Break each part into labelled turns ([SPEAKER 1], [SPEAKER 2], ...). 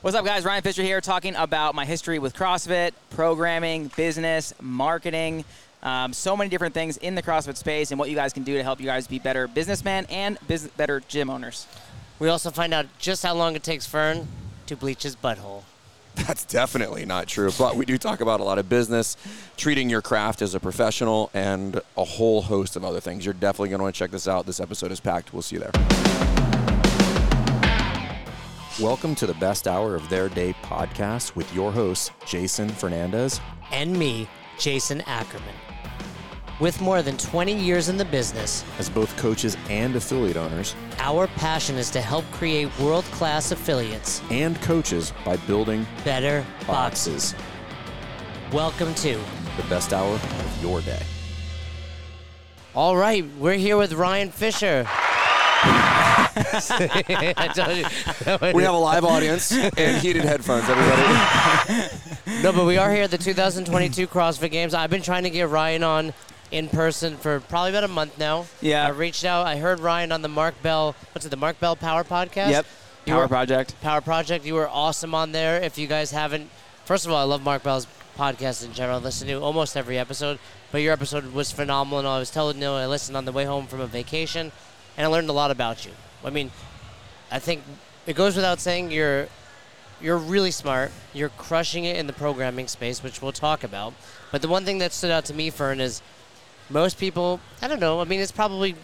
[SPEAKER 1] What's up, guys? Ryan Fisher here, talking about my history with CrossFit, programming, business, marketing, um, so many different things in the CrossFit space, and what you guys can do to help you guys be better businessmen and bus- better gym owners.
[SPEAKER 2] We also find out just how long it takes Fern to bleach his butthole.
[SPEAKER 3] That's definitely not true. But we do talk about a lot of business, treating your craft as a professional, and a whole host of other things. You're definitely going to want to check this out. This episode is packed. We'll see you there. Welcome to the best hour of their day podcast with your hosts, Jason Fernandez.
[SPEAKER 2] And me, Jason Ackerman. With more than 20 years in the business,
[SPEAKER 3] As both coaches and affiliate owners
[SPEAKER 2] our passion is to help create world class affiliates,
[SPEAKER 3] and coaches by building
[SPEAKER 2] better boxes.
[SPEAKER 3] boxes,
[SPEAKER 2] Welcome to.
[SPEAKER 3] the best hour of your day.
[SPEAKER 2] All right, we're here with Ryan Fisher. I told you. that would-
[SPEAKER 3] We have a live audience and heated headphones, everybody.
[SPEAKER 2] No, but we are here at the 2022 CrossFit Games. I've been trying to get Ryan on in person for probably about a month now.
[SPEAKER 1] Yeah.
[SPEAKER 2] I reached out. I heard Ryan on the Mark Bell. What's it? The Mark Bell Power Podcast.
[SPEAKER 1] Yep,
[SPEAKER 2] You
[SPEAKER 1] Power
[SPEAKER 2] were-
[SPEAKER 1] Project.
[SPEAKER 2] Power Project. You were awesome on there. If you guys haven't, first of all, I love Mark Bell's podcast in general. I listen to almost every episode, but your episode was phenomenal. I was telling you, I listened on the way home from a vacation, and I learned a lot about you. I mean, I think it goes without saying you're you're really smart. You're crushing it in the programming space, which we'll talk about. But the one thing that stood out to me, Fern, is most people. I don't know. I mean, it's probably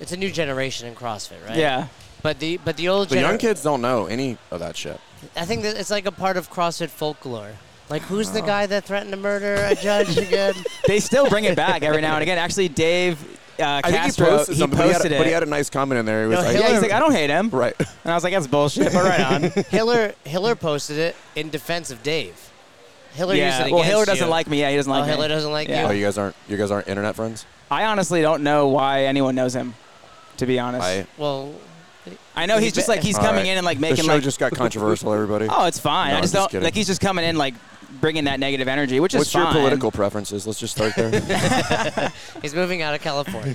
[SPEAKER 2] it's a new generation in CrossFit, right?
[SPEAKER 1] Yeah,
[SPEAKER 2] But the but the old
[SPEAKER 3] The young
[SPEAKER 2] gener-
[SPEAKER 3] kids don't know any of that shit.
[SPEAKER 2] I think that it's like a part of CrossFit folklore. Like, who's the guy that threatened to murder a judge again?
[SPEAKER 1] they still bring it back every now and again. Actually, Dave uh,
[SPEAKER 3] I think
[SPEAKER 1] Castro
[SPEAKER 3] he posted something, but he had-
[SPEAKER 1] posted
[SPEAKER 3] but, he had,
[SPEAKER 1] it.
[SPEAKER 3] a nice comment in there. He
[SPEAKER 2] No,
[SPEAKER 3] was like,
[SPEAKER 1] yeah, he's like,
[SPEAKER 2] Hillary-
[SPEAKER 1] I don't hate him.
[SPEAKER 3] right.
[SPEAKER 1] And I was like, that's bullshit, but right on.
[SPEAKER 2] Hiller Hiller posted it in defense of Dave. Hiller used it
[SPEAKER 1] yeah.
[SPEAKER 2] against
[SPEAKER 1] Well, Hiller doesn't
[SPEAKER 2] you.
[SPEAKER 1] like me. Yeah, he doesn't
[SPEAKER 2] Oh,
[SPEAKER 1] like me.
[SPEAKER 2] Hiller doesn't like
[SPEAKER 1] Yeah.
[SPEAKER 3] Oh,
[SPEAKER 2] you.
[SPEAKER 3] you guys aren't you guys aren't internet friends?
[SPEAKER 1] I honestly don't know why anyone knows him, to be honest.
[SPEAKER 3] I
[SPEAKER 1] I,
[SPEAKER 2] Well,
[SPEAKER 1] know he's just like he's
[SPEAKER 3] All
[SPEAKER 1] coming
[SPEAKER 3] right.
[SPEAKER 1] in and like
[SPEAKER 3] the
[SPEAKER 1] making
[SPEAKER 3] show
[SPEAKER 1] like
[SPEAKER 3] just got controversial. Everybody,
[SPEAKER 1] oh it's fine.
[SPEAKER 3] No,
[SPEAKER 1] I
[SPEAKER 3] I'm
[SPEAKER 1] just
[SPEAKER 3] just
[SPEAKER 1] don't
[SPEAKER 3] kidding.
[SPEAKER 1] like he's just coming in like bringing that negative energy, which
[SPEAKER 3] what's
[SPEAKER 1] is
[SPEAKER 3] your
[SPEAKER 1] fine.
[SPEAKER 3] political preferences? Let's just start there.
[SPEAKER 2] he's moving out of California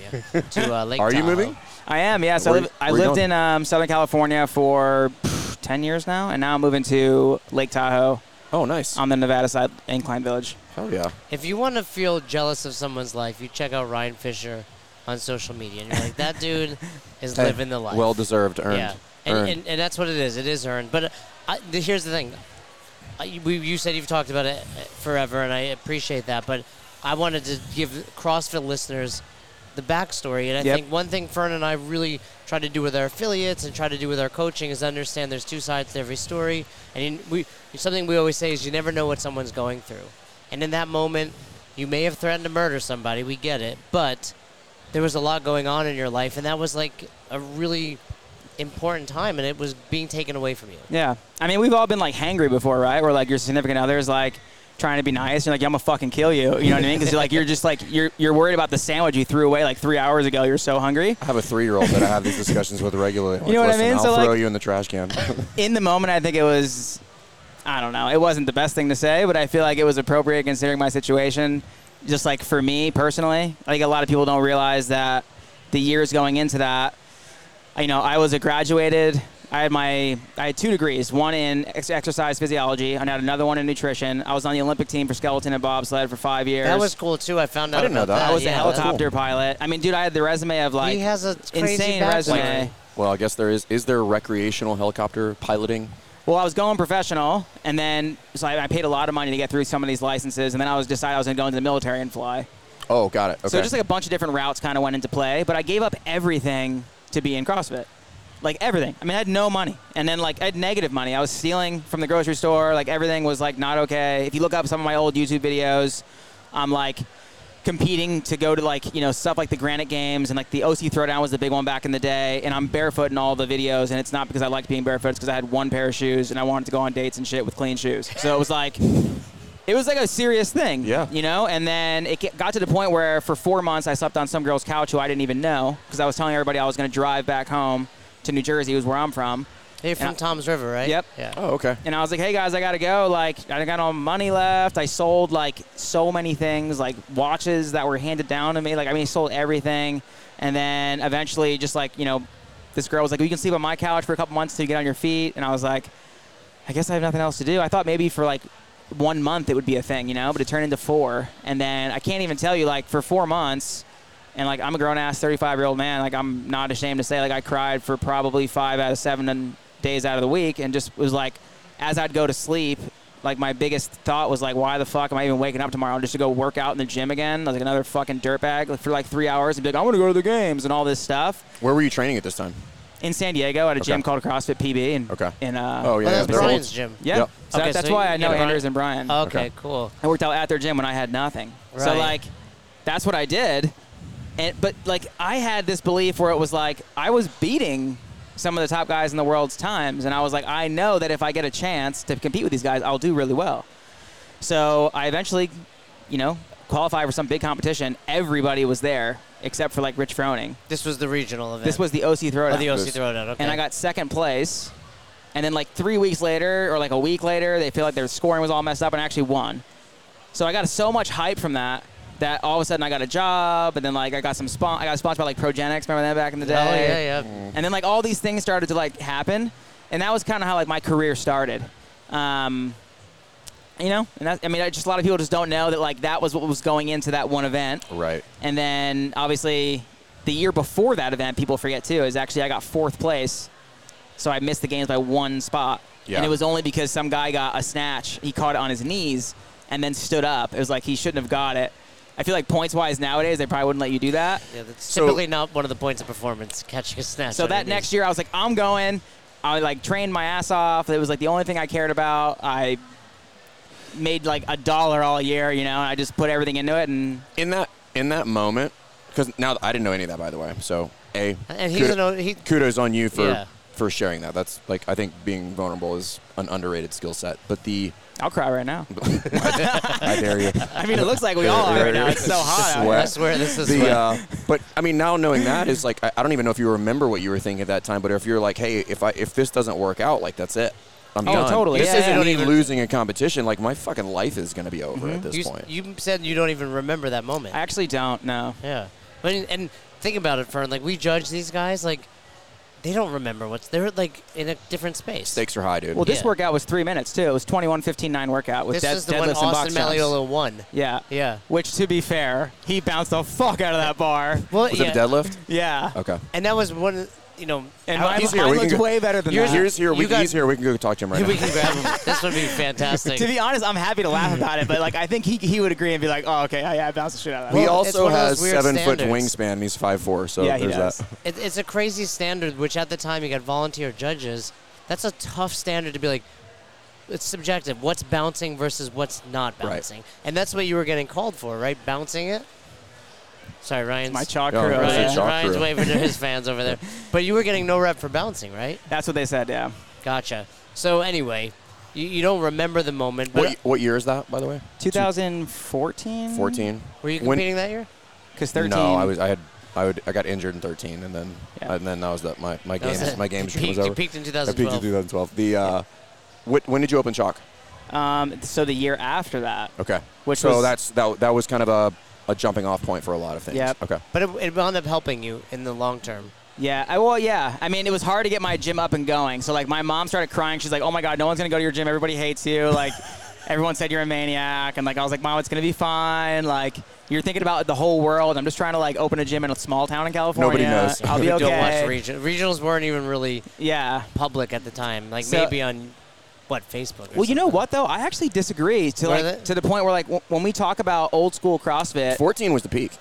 [SPEAKER 2] to uh, Lake
[SPEAKER 3] Are you
[SPEAKER 2] Tahoe.
[SPEAKER 3] moving?
[SPEAKER 1] I am yes. I,
[SPEAKER 3] Where-
[SPEAKER 1] live, I
[SPEAKER 3] where you
[SPEAKER 1] lived
[SPEAKER 3] going?
[SPEAKER 1] in um, Southern California for pff, ten years now, and now I'm moving to Lake Tahoe
[SPEAKER 3] oh, nice.
[SPEAKER 1] on the Nevada side, in Klein Village.
[SPEAKER 3] Hell yeah.
[SPEAKER 2] If you want to feel jealous of someone's life, you check out Ryan Fisher on social media, and you're like, that dude is living the life.
[SPEAKER 3] Well deserved, earned.
[SPEAKER 2] Yeah, and,
[SPEAKER 3] earned.
[SPEAKER 2] and, and that's what it is. It is earned. But uh, I, the, here's the thing. I, you- we, you said you've talked about it uh, forever, and I appreciate that. But I wanted to give CrossFit listeners the backstory. And I
[SPEAKER 1] Yep.
[SPEAKER 2] think one thing Fern and I really try to do with our affiliates and try to do with our coaching is understand there's two sides to every story. And you, we, something we always say is you never know what someone's going through. And in that moment, you may have threatened to murder somebody. We get it. But there was a lot going on in your life, and that was like a really important time, and it was being taken away from you.
[SPEAKER 1] Yeah. I mean, we've all been like hangry before, right? Where like your significant other is like trying to be nice. You're like, I'm gonna fucking kill you. You know what I mean? Because you're like, you're just like, you're, you're worried about the sandwich you threw away like three hours ago. You're so hungry.
[SPEAKER 3] I have a three-year-old that I have these discussions with regularly. Like,
[SPEAKER 1] know what I
[SPEAKER 3] Listen,
[SPEAKER 1] mean?
[SPEAKER 3] I'll
[SPEAKER 1] So, like-
[SPEAKER 3] throw you in the trash can.
[SPEAKER 1] In the moment, I think it was, I don't know, it wasn't the best thing to say, but I feel like it was appropriate considering my situation. Just like for me personally, I think a lot of people don't realize that the years going into that, you know, I was a graduated. I had my I had two degrees, one in ex- exercise physiology, and I had another one in nutrition. I was on the Olympic team for skeleton and bobsled for five years.
[SPEAKER 2] That was cool too. I found out
[SPEAKER 3] didn't know
[SPEAKER 2] about
[SPEAKER 3] that.
[SPEAKER 2] that.
[SPEAKER 1] I was
[SPEAKER 2] yeah,
[SPEAKER 1] a
[SPEAKER 2] that's-
[SPEAKER 1] helicopter pilot. I mean, dude, I had the resume of like
[SPEAKER 2] He has a crazy
[SPEAKER 1] insane
[SPEAKER 2] backstory.
[SPEAKER 1] resume.
[SPEAKER 3] well, I guess there is. Is there recreational helicopter piloting?
[SPEAKER 1] Well, I was going professional, and then so I, I paid a lot of money to get through some of these licenses, and then I was decided I was going to go into the military and fly.
[SPEAKER 3] Oh, got it. Okay.
[SPEAKER 1] So just like a bunch of different routes kind of went into play, but I gave up everything to be in CrossFit. Like everything. I mean, I had no money. And then like I had negative money. I was stealing from the grocery store. Like everything was like not okay. If you look up some of my old YouTube videos, I'm like competing to go to like, you know, stuff like the Granite Games and like the OC Throwdown was the big one back in the day. And I'm barefoot in all the videos. And it's not because I liked being barefoot. It's because I had one pair of shoes and I wanted to go on dates and shit with clean shoes. So it was like, it was like a serious thing.
[SPEAKER 3] Yeah.
[SPEAKER 1] You know, and then it ge- got to the point where for four months I slept on some girl's couch who I didn't even know because I was telling everybody I was going to drive back home to New Jersey, was where I'm from.
[SPEAKER 2] You're from
[SPEAKER 1] Yeah.
[SPEAKER 2] Tom's River, right?
[SPEAKER 1] Yep.
[SPEAKER 2] Yeah.
[SPEAKER 3] oh, okay.
[SPEAKER 1] And I was like, hey guys, I got to go. Like, I got no money left. I sold like so many things, like watches that were handed down to me. Like, I mean, I sold everything. And then eventually, just like, you know, this girl was like, well, you can sleep on my couch for a couple months till you get on your feet. And I was like, I guess I have nothing else to do. I thought maybe for like one month it would be a thing, you know, but it turned into four. And then I can't even tell you, like, for four months, and like, I'm a grown ass 35 year old man, like, I'm not ashamed to say, like, I cried for probably five out of seven days out of the week and just was like, as I'd go to sleep, like, my biggest thought was, like, why the fuck am I even waking up tomorrow just to go work out in the gym again? Like, another fucking dirtbag like, for like three hours and be like, I want to go to the games and all this stuff.
[SPEAKER 3] Where were you training at this time?
[SPEAKER 1] In San Diego at a gym
[SPEAKER 3] Okay.
[SPEAKER 1] called CrossFit PB. And,
[SPEAKER 3] Okay.
[SPEAKER 1] And, uh,
[SPEAKER 3] Oh, yeah,
[SPEAKER 2] Well, that's
[SPEAKER 3] they're old.
[SPEAKER 2] Brian's gym.
[SPEAKER 1] Yeah.
[SPEAKER 3] Yep.
[SPEAKER 1] So
[SPEAKER 2] Okay,
[SPEAKER 1] that- that's
[SPEAKER 2] so
[SPEAKER 1] why
[SPEAKER 2] you
[SPEAKER 1] I know
[SPEAKER 2] got Brian-
[SPEAKER 1] Anders and Brian.
[SPEAKER 2] Okay,
[SPEAKER 3] Okay.
[SPEAKER 2] cool.
[SPEAKER 1] I worked out at their gym when I had nothing. So
[SPEAKER 2] Right.
[SPEAKER 1] like that's what I did. And but like I had this belief where it was like I was beating some of the top guys in the world's times and I was like I know that if I get a chance to compete with these guys I'll do really well. So I eventually, you know, qualify for some big competition. Everybody was there except for like Rich Froning.
[SPEAKER 2] This was the regional event.
[SPEAKER 1] This was the OC Throwdown.
[SPEAKER 2] oh, the OC
[SPEAKER 3] This-
[SPEAKER 2] Throwdown. Okay.
[SPEAKER 1] And I got second place. And then like three weeks later, or like a week later, they feel like their scoring was all messed up and I actually won. So I got so much hype from that that all of a sudden I got a job, and then like I got some spon- I got sponsored by like Progenics. Remember that back in the
[SPEAKER 2] Oh
[SPEAKER 1] day?
[SPEAKER 2] yeah, yeah.
[SPEAKER 1] And then like all these things started to like happen, and that was kind of how like my career started. Um, you know, and that, I mean, I just a lot of people just don't know that like that was what was going into that one event.
[SPEAKER 3] Right.
[SPEAKER 1] And then obviously the year before that event, people forget too, is actually I got fourth place. So I missed the games by one spot.
[SPEAKER 3] Yeah.
[SPEAKER 1] And it was only because some guy got a snatch. He caught it on his knees and then stood up. It was like he shouldn't have got it. I feel like points wise nowadays, they probably wouldn't let you do that.
[SPEAKER 2] Yeah, that's
[SPEAKER 3] So-
[SPEAKER 2] typically not one of the points of performance, catching a snatch.
[SPEAKER 1] So
[SPEAKER 2] on your
[SPEAKER 1] that
[SPEAKER 2] knees.
[SPEAKER 1] next year, I was like, I'm going. I like trained my ass off. It was like the only thing I cared about. I made like a dollar all year, you know, and I just put everything into it. And
[SPEAKER 3] In that in that moment, because now I didn't know any of that by the way. So a
[SPEAKER 2] And he's
[SPEAKER 3] kudo-
[SPEAKER 2] an, he,
[SPEAKER 3] kudos on you for
[SPEAKER 2] Yeah.
[SPEAKER 3] for sharing that. That's like I think being vulnerable is an underrated skill set. But the
[SPEAKER 1] I'll cry right now.
[SPEAKER 3] I dare you.
[SPEAKER 1] I mean, it looks like we all are right now. It's so hot. out here.
[SPEAKER 2] I swear this is
[SPEAKER 3] The,
[SPEAKER 2] what-
[SPEAKER 3] uh, but I mean, now knowing that is like I, I don't even know if you remember what you were thinking at that time. But if you're like, hey, if I if this doesn't work out, like that's it. I'm
[SPEAKER 1] Oh,
[SPEAKER 3] done.
[SPEAKER 1] totally.
[SPEAKER 3] This
[SPEAKER 1] Yeah,
[SPEAKER 3] isn't
[SPEAKER 1] yeah.
[SPEAKER 3] me
[SPEAKER 2] You don't even-
[SPEAKER 3] losing a competition. Like my fucking life is gonna be over at
[SPEAKER 2] Mm-hmm.
[SPEAKER 3] this
[SPEAKER 2] you, s-
[SPEAKER 3] point.
[SPEAKER 2] you said you don't even remember that moment.
[SPEAKER 1] I actually don't know.
[SPEAKER 2] Yeah, but and- and think about it, Fern. Like we judge these guys, like they don't remember what's they're like in a different space.
[SPEAKER 3] Stakes are high, dude.
[SPEAKER 1] Well, this
[SPEAKER 2] Yeah.
[SPEAKER 1] workout was three minutes too. It was 21 15 9 workout with
[SPEAKER 2] this
[SPEAKER 1] dead,
[SPEAKER 2] is the
[SPEAKER 1] deadlifts
[SPEAKER 2] one
[SPEAKER 1] and
[SPEAKER 2] Austin
[SPEAKER 1] box jumps.
[SPEAKER 2] Maliola won.
[SPEAKER 1] Yeah.
[SPEAKER 2] Yeah.
[SPEAKER 1] Which, to be fair, he bounced the fuck out of that bar.
[SPEAKER 2] Well,
[SPEAKER 3] was
[SPEAKER 2] yeah.
[SPEAKER 3] it a deadlift?
[SPEAKER 1] Yeah.
[SPEAKER 3] Okay.
[SPEAKER 2] And that was one. of- You know,
[SPEAKER 1] And
[SPEAKER 2] I-
[SPEAKER 1] mine,
[SPEAKER 3] He's here.
[SPEAKER 1] mine
[SPEAKER 3] We can
[SPEAKER 1] looked
[SPEAKER 3] go-
[SPEAKER 1] way better than
[SPEAKER 3] Here's,
[SPEAKER 1] that.
[SPEAKER 3] here's here.
[SPEAKER 2] You
[SPEAKER 3] We, can-
[SPEAKER 2] got-
[SPEAKER 3] he's here. We can go talk to him right
[SPEAKER 2] we
[SPEAKER 3] now.
[SPEAKER 2] can grab him. This would be fantastic.
[SPEAKER 1] to be honest, I'm happy to laugh about it, but like I think he, he would agree and be like, oh, okay, I, I bounced the shit out of that.
[SPEAKER 3] He
[SPEAKER 2] Well, it's
[SPEAKER 3] also
[SPEAKER 2] one of those
[SPEAKER 3] has
[SPEAKER 2] weird
[SPEAKER 3] seven foot
[SPEAKER 2] standards.
[SPEAKER 3] wingspan. And he's five four. So
[SPEAKER 1] yeah, he
[SPEAKER 3] there's
[SPEAKER 1] does.
[SPEAKER 3] that.
[SPEAKER 2] It, it's a crazy standard, which at the time you got volunteer judges. That's a tough standard to be like. It's subjective. What's bouncing versus what's not
[SPEAKER 3] Right.
[SPEAKER 2] bouncing, and that's what you were getting called for, right? Bouncing it. Sorry, Ryan's
[SPEAKER 1] My chalk
[SPEAKER 3] Oh,
[SPEAKER 1] crew.
[SPEAKER 3] right.
[SPEAKER 1] yeah.
[SPEAKER 2] Ryan's,
[SPEAKER 3] Chalk
[SPEAKER 2] Ryan's
[SPEAKER 3] crew.
[SPEAKER 2] waving to his fans over there, but you were getting no rep for bouncing, right?
[SPEAKER 1] That's what they said, yeah.
[SPEAKER 2] Gotcha. So anyway, you, you don't remember the moment, but Mm,
[SPEAKER 3] What, what year is that, by the way?
[SPEAKER 1] 2014?
[SPEAKER 3] Fourteen.
[SPEAKER 2] were you
[SPEAKER 3] When-
[SPEAKER 2] competing that year?
[SPEAKER 1] Because 13.
[SPEAKER 3] No, I was. I had. I would. I got injured in 13, and then
[SPEAKER 1] Yeah.
[SPEAKER 3] and then that was that. My my
[SPEAKER 2] That was
[SPEAKER 3] games.
[SPEAKER 2] it.
[SPEAKER 3] My games
[SPEAKER 2] You peaked,
[SPEAKER 3] was over.
[SPEAKER 2] you peaked in
[SPEAKER 3] I peaked in
[SPEAKER 2] 2012.
[SPEAKER 3] 2012. The. Uh, what, when did you open chalk?
[SPEAKER 1] Um, so the year after that.
[SPEAKER 3] Okay.
[SPEAKER 1] Which
[SPEAKER 3] so
[SPEAKER 1] was-
[SPEAKER 3] that's that. That was kind of a, a jumping off point for a lot of things.
[SPEAKER 1] Yep.
[SPEAKER 3] Okay.
[SPEAKER 2] But it, it wound up helping you in the long term.
[SPEAKER 1] Yeah, I, well, yeah. I mean, it was hard to get my gym up and going. So, like, my mom started crying. She's like, oh my God, no one's going to go to your gym. Everybody hates you. Like, everyone said you're a maniac. And, like, I was like, Mom, it's going to be fine. Like, you're thinking about the whole world. I'm just trying to, like, open a gym in a small town in California.
[SPEAKER 3] Nobody knows.
[SPEAKER 1] I'll be
[SPEAKER 2] You
[SPEAKER 1] okay.
[SPEAKER 2] Don't watch region. Regionals weren't even really
[SPEAKER 1] Yeah.
[SPEAKER 2] public at the time. Like
[SPEAKER 1] So-
[SPEAKER 2] maybe on what Facebook. Or
[SPEAKER 1] Well, you know
[SPEAKER 2] something.
[SPEAKER 1] what, though? I actually disagree to,
[SPEAKER 2] Were
[SPEAKER 1] like,
[SPEAKER 2] they?
[SPEAKER 1] to the point where, like, w- when we talk about old school CrossFit,
[SPEAKER 3] 14 was the peak.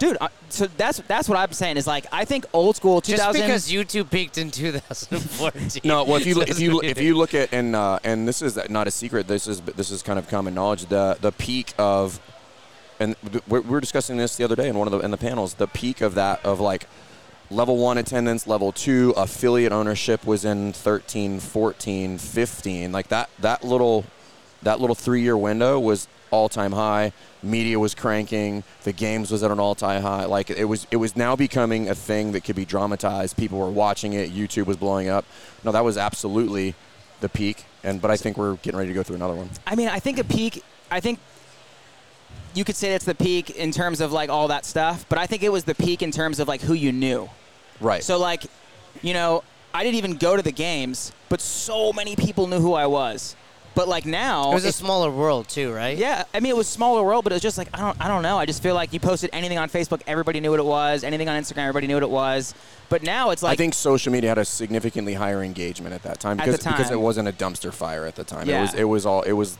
[SPEAKER 1] dude, I, so that's that's what I'm saying is, like, I think old school 2000.
[SPEAKER 2] Just because you two peaked in 2014.
[SPEAKER 3] No, well, if you if you
[SPEAKER 2] doesn't
[SPEAKER 3] if you look at and uh, and this is not a secret. This is this is kind of common knowledge. The the peak of, and we we were discussing this the other day in one of the in the panels. The peak of that of like level one attendance, level two affiliate ownership was in 13, 14, 15. Like that that little that little three year window was all time high. Media was cranking. The games was at an all time high. Like it was it was now becoming a thing that could be dramatized. People were watching it. YouTube was blowing up. No, that was absolutely the peak. And but I think we're getting ready to go through another one.
[SPEAKER 1] I mean, I think a peak. I think you could say it's the peak in terms of like all that stuff, but I think it was the peak in terms of like who you knew.
[SPEAKER 3] Right.
[SPEAKER 1] So like, you know, I didn't even go to the games, but so many people knew who I was. But like now,
[SPEAKER 2] It was a
[SPEAKER 1] it's-
[SPEAKER 2] smaller world too, right?
[SPEAKER 1] yeah, I mean it was smaller world, but it was just like I don't, I don't know. I just feel like you posted anything on Facebook, everybody knew what it was. Anything on Instagram, everybody knew what it was. But now it's like
[SPEAKER 3] I think social media had a significantly higher engagement at that time
[SPEAKER 1] At
[SPEAKER 3] because,
[SPEAKER 1] the time.
[SPEAKER 3] because it wasn't a dumpster fire at the time. It
[SPEAKER 1] Yeah.
[SPEAKER 3] was it was all it was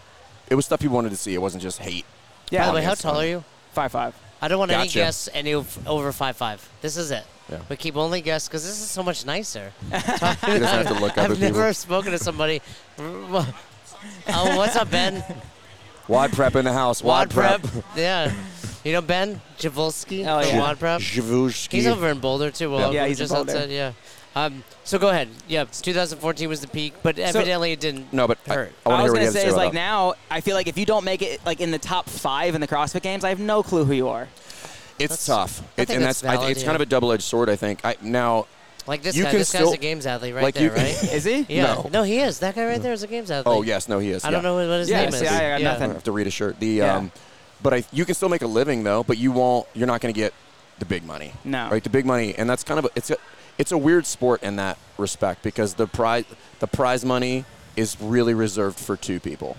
[SPEAKER 3] it was stuff people wanted to see. It wasn't just hate.
[SPEAKER 1] yeah,
[SPEAKER 2] By the way, how
[SPEAKER 3] Audience
[SPEAKER 2] tall
[SPEAKER 3] one.
[SPEAKER 2] are you?
[SPEAKER 1] five five.
[SPEAKER 2] I don't want any
[SPEAKER 3] Gotcha.
[SPEAKER 2] guess any of- over five five. This is it.
[SPEAKER 3] Yeah.
[SPEAKER 2] We keep only guess because this is so much nicer.
[SPEAKER 3] He doesn't have to look other
[SPEAKER 2] I've never
[SPEAKER 3] people.
[SPEAKER 2] spoken to somebody. oh, what's up, Ben?
[SPEAKER 3] Wad prep in the house. Wad, prep.
[SPEAKER 2] yeah. You know Ben Javolski
[SPEAKER 1] Oh,
[SPEAKER 2] from
[SPEAKER 1] yeah.
[SPEAKER 2] Wad Prep.
[SPEAKER 3] Zhivuzhski.
[SPEAKER 2] He's over in Boulder too. Well,
[SPEAKER 1] Yeah, he's in
[SPEAKER 2] just
[SPEAKER 1] Boulder.
[SPEAKER 2] outside. Yeah. Um, so go ahead. Yeah, 2014 was the peak, but evidently it didn't.
[SPEAKER 3] No, but I, I
[SPEAKER 2] hurt.
[SPEAKER 3] want
[SPEAKER 1] was
[SPEAKER 3] to hear what he
[SPEAKER 1] gonna
[SPEAKER 3] has to
[SPEAKER 1] say
[SPEAKER 3] say
[SPEAKER 1] is
[SPEAKER 3] about
[SPEAKER 1] like
[SPEAKER 3] that.
[SPEAKER 1] now I feel like if you don't make it like in the top five in the CrossFit Games, I have no clue who you are.
[SPEAKER 3] It's tough,
[SPEAKER 2] I
[SPEAKER 3] It-
[SPEAKER 2] think
[SPEAKER 3] and
[SPEAKER 2] that's
[SPEAKER 3] that's, I,
[SPEAKER 2] valid,
[SPEAKER 3] it's kind
[SPEAKER 2] yeah.
[SPEAKER 3] of a double-edged sword. I think I, now
[SPEAKER 2] like this
[SPEAKER 3] you
[SPEAKER 2] guy.
[SPEAKER 3] can
[SPEAKER 2] This guy's
[SPEAKER 3] still-
[SPEAKER 2] a games athlete right
[SPEAKER 3] like
[SPEAKER 2] there,
[SPEAKER 3] you-
[SPEAKER 2] right?
[SPEAKER 1] Is he?
[SPEAKER 2] Yeah.
[SPEAKER 3] No.
[SPEAKER 2] he is. That guy right there is a games athlete.
[SPEAKER 3] Oh yes, no, he is.
[SPEAKER 2] I don't
[SPEAKER 3] yeah.
[SPEAKER 2] know what his
[SPEAKER 1] Yeah,
[SPEAKER 2] name is.
[SPEAKER 1] see, I got
[SPEAKER 3] I
[SPEAKER 1] nothing.
[SPEAKER 3] have to read a shirt. The
[SPEAKER 1] Yeah.
[SPEAKER 3] um, but I, you can still make a living though. But you won't. You're not going to get the big money.
[SPEAKER 1] No.
[SPEAKER 3] Right. The big money, and that's kind of a, it's a it's a weird sport in that respect because the prize the prize money is really reserved for two people.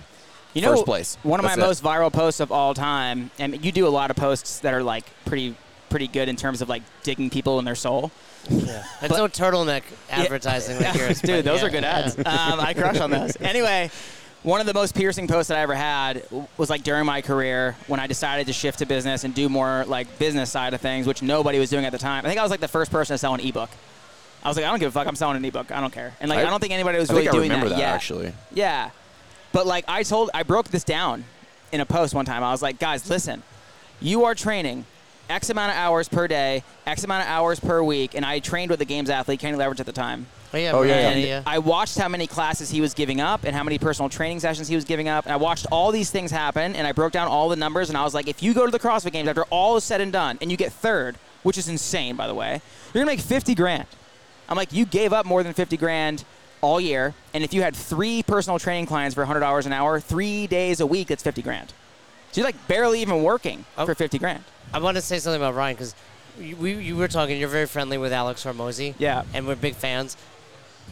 [SPEAKER 1] You know,
[SPEAKER 3] First place.
[SPEAKER 1] One of
[SPEAKER 3] That's
[SPEAKER 1] my
[SPEAKER 3] it.
[SPEAKER 1] most viral posts of all time, and you do a lot of posts that are like pretty pretty good in terms of like digging people in their soul.
[SPEAKER 2] It's no turtleneck advertising like yours.
[SPEAKER 1] Dude,
[SPEAKER 2] but
[SPEAKER 1] those
[SPEAKER 2] yeah,
[SPEAKER 1] are good
[SPEAKER 2] yeah.
[SPEAKER 1] ads. Um, I crush on those. Anyway, one of the most piercing posts that I ever had w- was like during my career when I decided to shift to business and do more like business side of things, which nobody was doing at the time. I think I was like the first person to sell an ebook. I was like, I don't give a fuck. I'm selling an ebook. I don't care. And like, I,
[SPEAKER 3] I-
[SPEAKER 1] don't think anybody was
[SPEAKER 3] I
[SPEAKER 1] really
[SPEAKER 3] think I
[SPEAKER 1] doing
[SPEAKER 3] remember that,
[SPEAKER 1] yet.
[SPEAKER 3] actually.
[SPEAKER 1] Yeah. But like I told I broke this down in a post one time. I was like, guys, listen, you are training X amount of hours per day, X amount of hours per week, and I trained with a games athlete, Kenny Leverage at the time.
[SPEAKER 2] Oh yeah.
[SPEAKER 3] Oh, yeah,
[SPEAKER 2] Mariah,
[SPEAKER 3] yeah.
[SPEAKER 1] And
[SPEAKER 2] yeah.
[SPEAKER 1] I watched how many classes he was giving up and how many personal training sessions he was giving up. And I watched all these things happen and I broke down all the numbers and I was like, if you go to the CrossFit games after all is said and done and you get third, which is insane by the way, you're gonna make fifty grand. I'm like, you gave up more than fifty grand all year, and if you had three personal training clients for hundred dollars an hour, three days a week, that's fifty grand. So you're like barely even working
[SPEAKER 2] Oh.
[SPEAKER 1] for fifty grand.
[SPEAKER 2] I want to say something about Ryan because we you were talking. You're very friendly with Alex Hormozzi.
[SPEAKER 1] Yeah.
[SPEAKER 2] and we're big fans.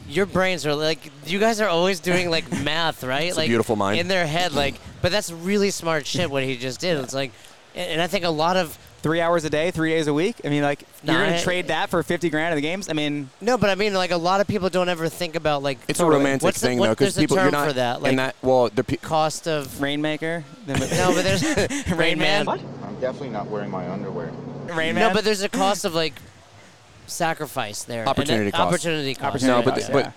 [SPEAKER 2] Your brains are like you guys are always doing like math, right?
[SPEAKER 3] a
[SPEAKER 2] like
[SPEAKER 3] beautiful mind.
[SPEAKER 2] in their head. Like, but that's really smart shit. What he just did. It's like, and and I think a lot of
[SPEAKER 1] Three hours a day, three days a week. I mean, like you're
[SPEAKER 2] Nah,
[SPEAKER 1] gonna
[SPEAKER 2] I-
[SPEAKER 1] trade that for fifty grand of the games. I mean,
[SPEAKER 2] no, but I mean like a lot of people don't ever think about like
[SPEAKER 3] It's
[SPEAKER 1] Totally.
[SPEAKER 3] a romantic
[SPEAKER 2] What's the-
[SPEAKER 3] thing
[SPEAKER 2] what-
[SPEAKER 3] though
[SPEAKER 2] there's
[SPEAKER 3] because
[SPEAKER 2] a
[SPEAKER 3] people
[SPEAKER 2] term
[SPEAKER 3] you're not
[SPEAKER 2] for that, like-
[SPEAKER 3] and that well the pe-
[SPEAKER 2] cost of.
[SPEAKER 1] Rainmaker.
[SPEAKER 2] No, but there's
[SPEAKER 1] Rain Man.
[SPEAKER 2] What?
[SPEAKER 4] I'm definitely not wearing my underwear.
[SPEAKER 1] Rain Man.
[SPEAKER 2] No, but there's a cost of like sacrifice there. And
[SPEAKER 3] Opportunity
[SPEAKER 2] it-
[SPEAKER 3] cost.
[SPEAKER 2] Opportunity cost.
[SPEAKER 1] Opportunity
[SPEAKER 3] No,
[SPEAKER 1] Yeah,
[SPEAKER 3] but
[SPEAKER 1] yeah.
[SPEAKER 3] the, but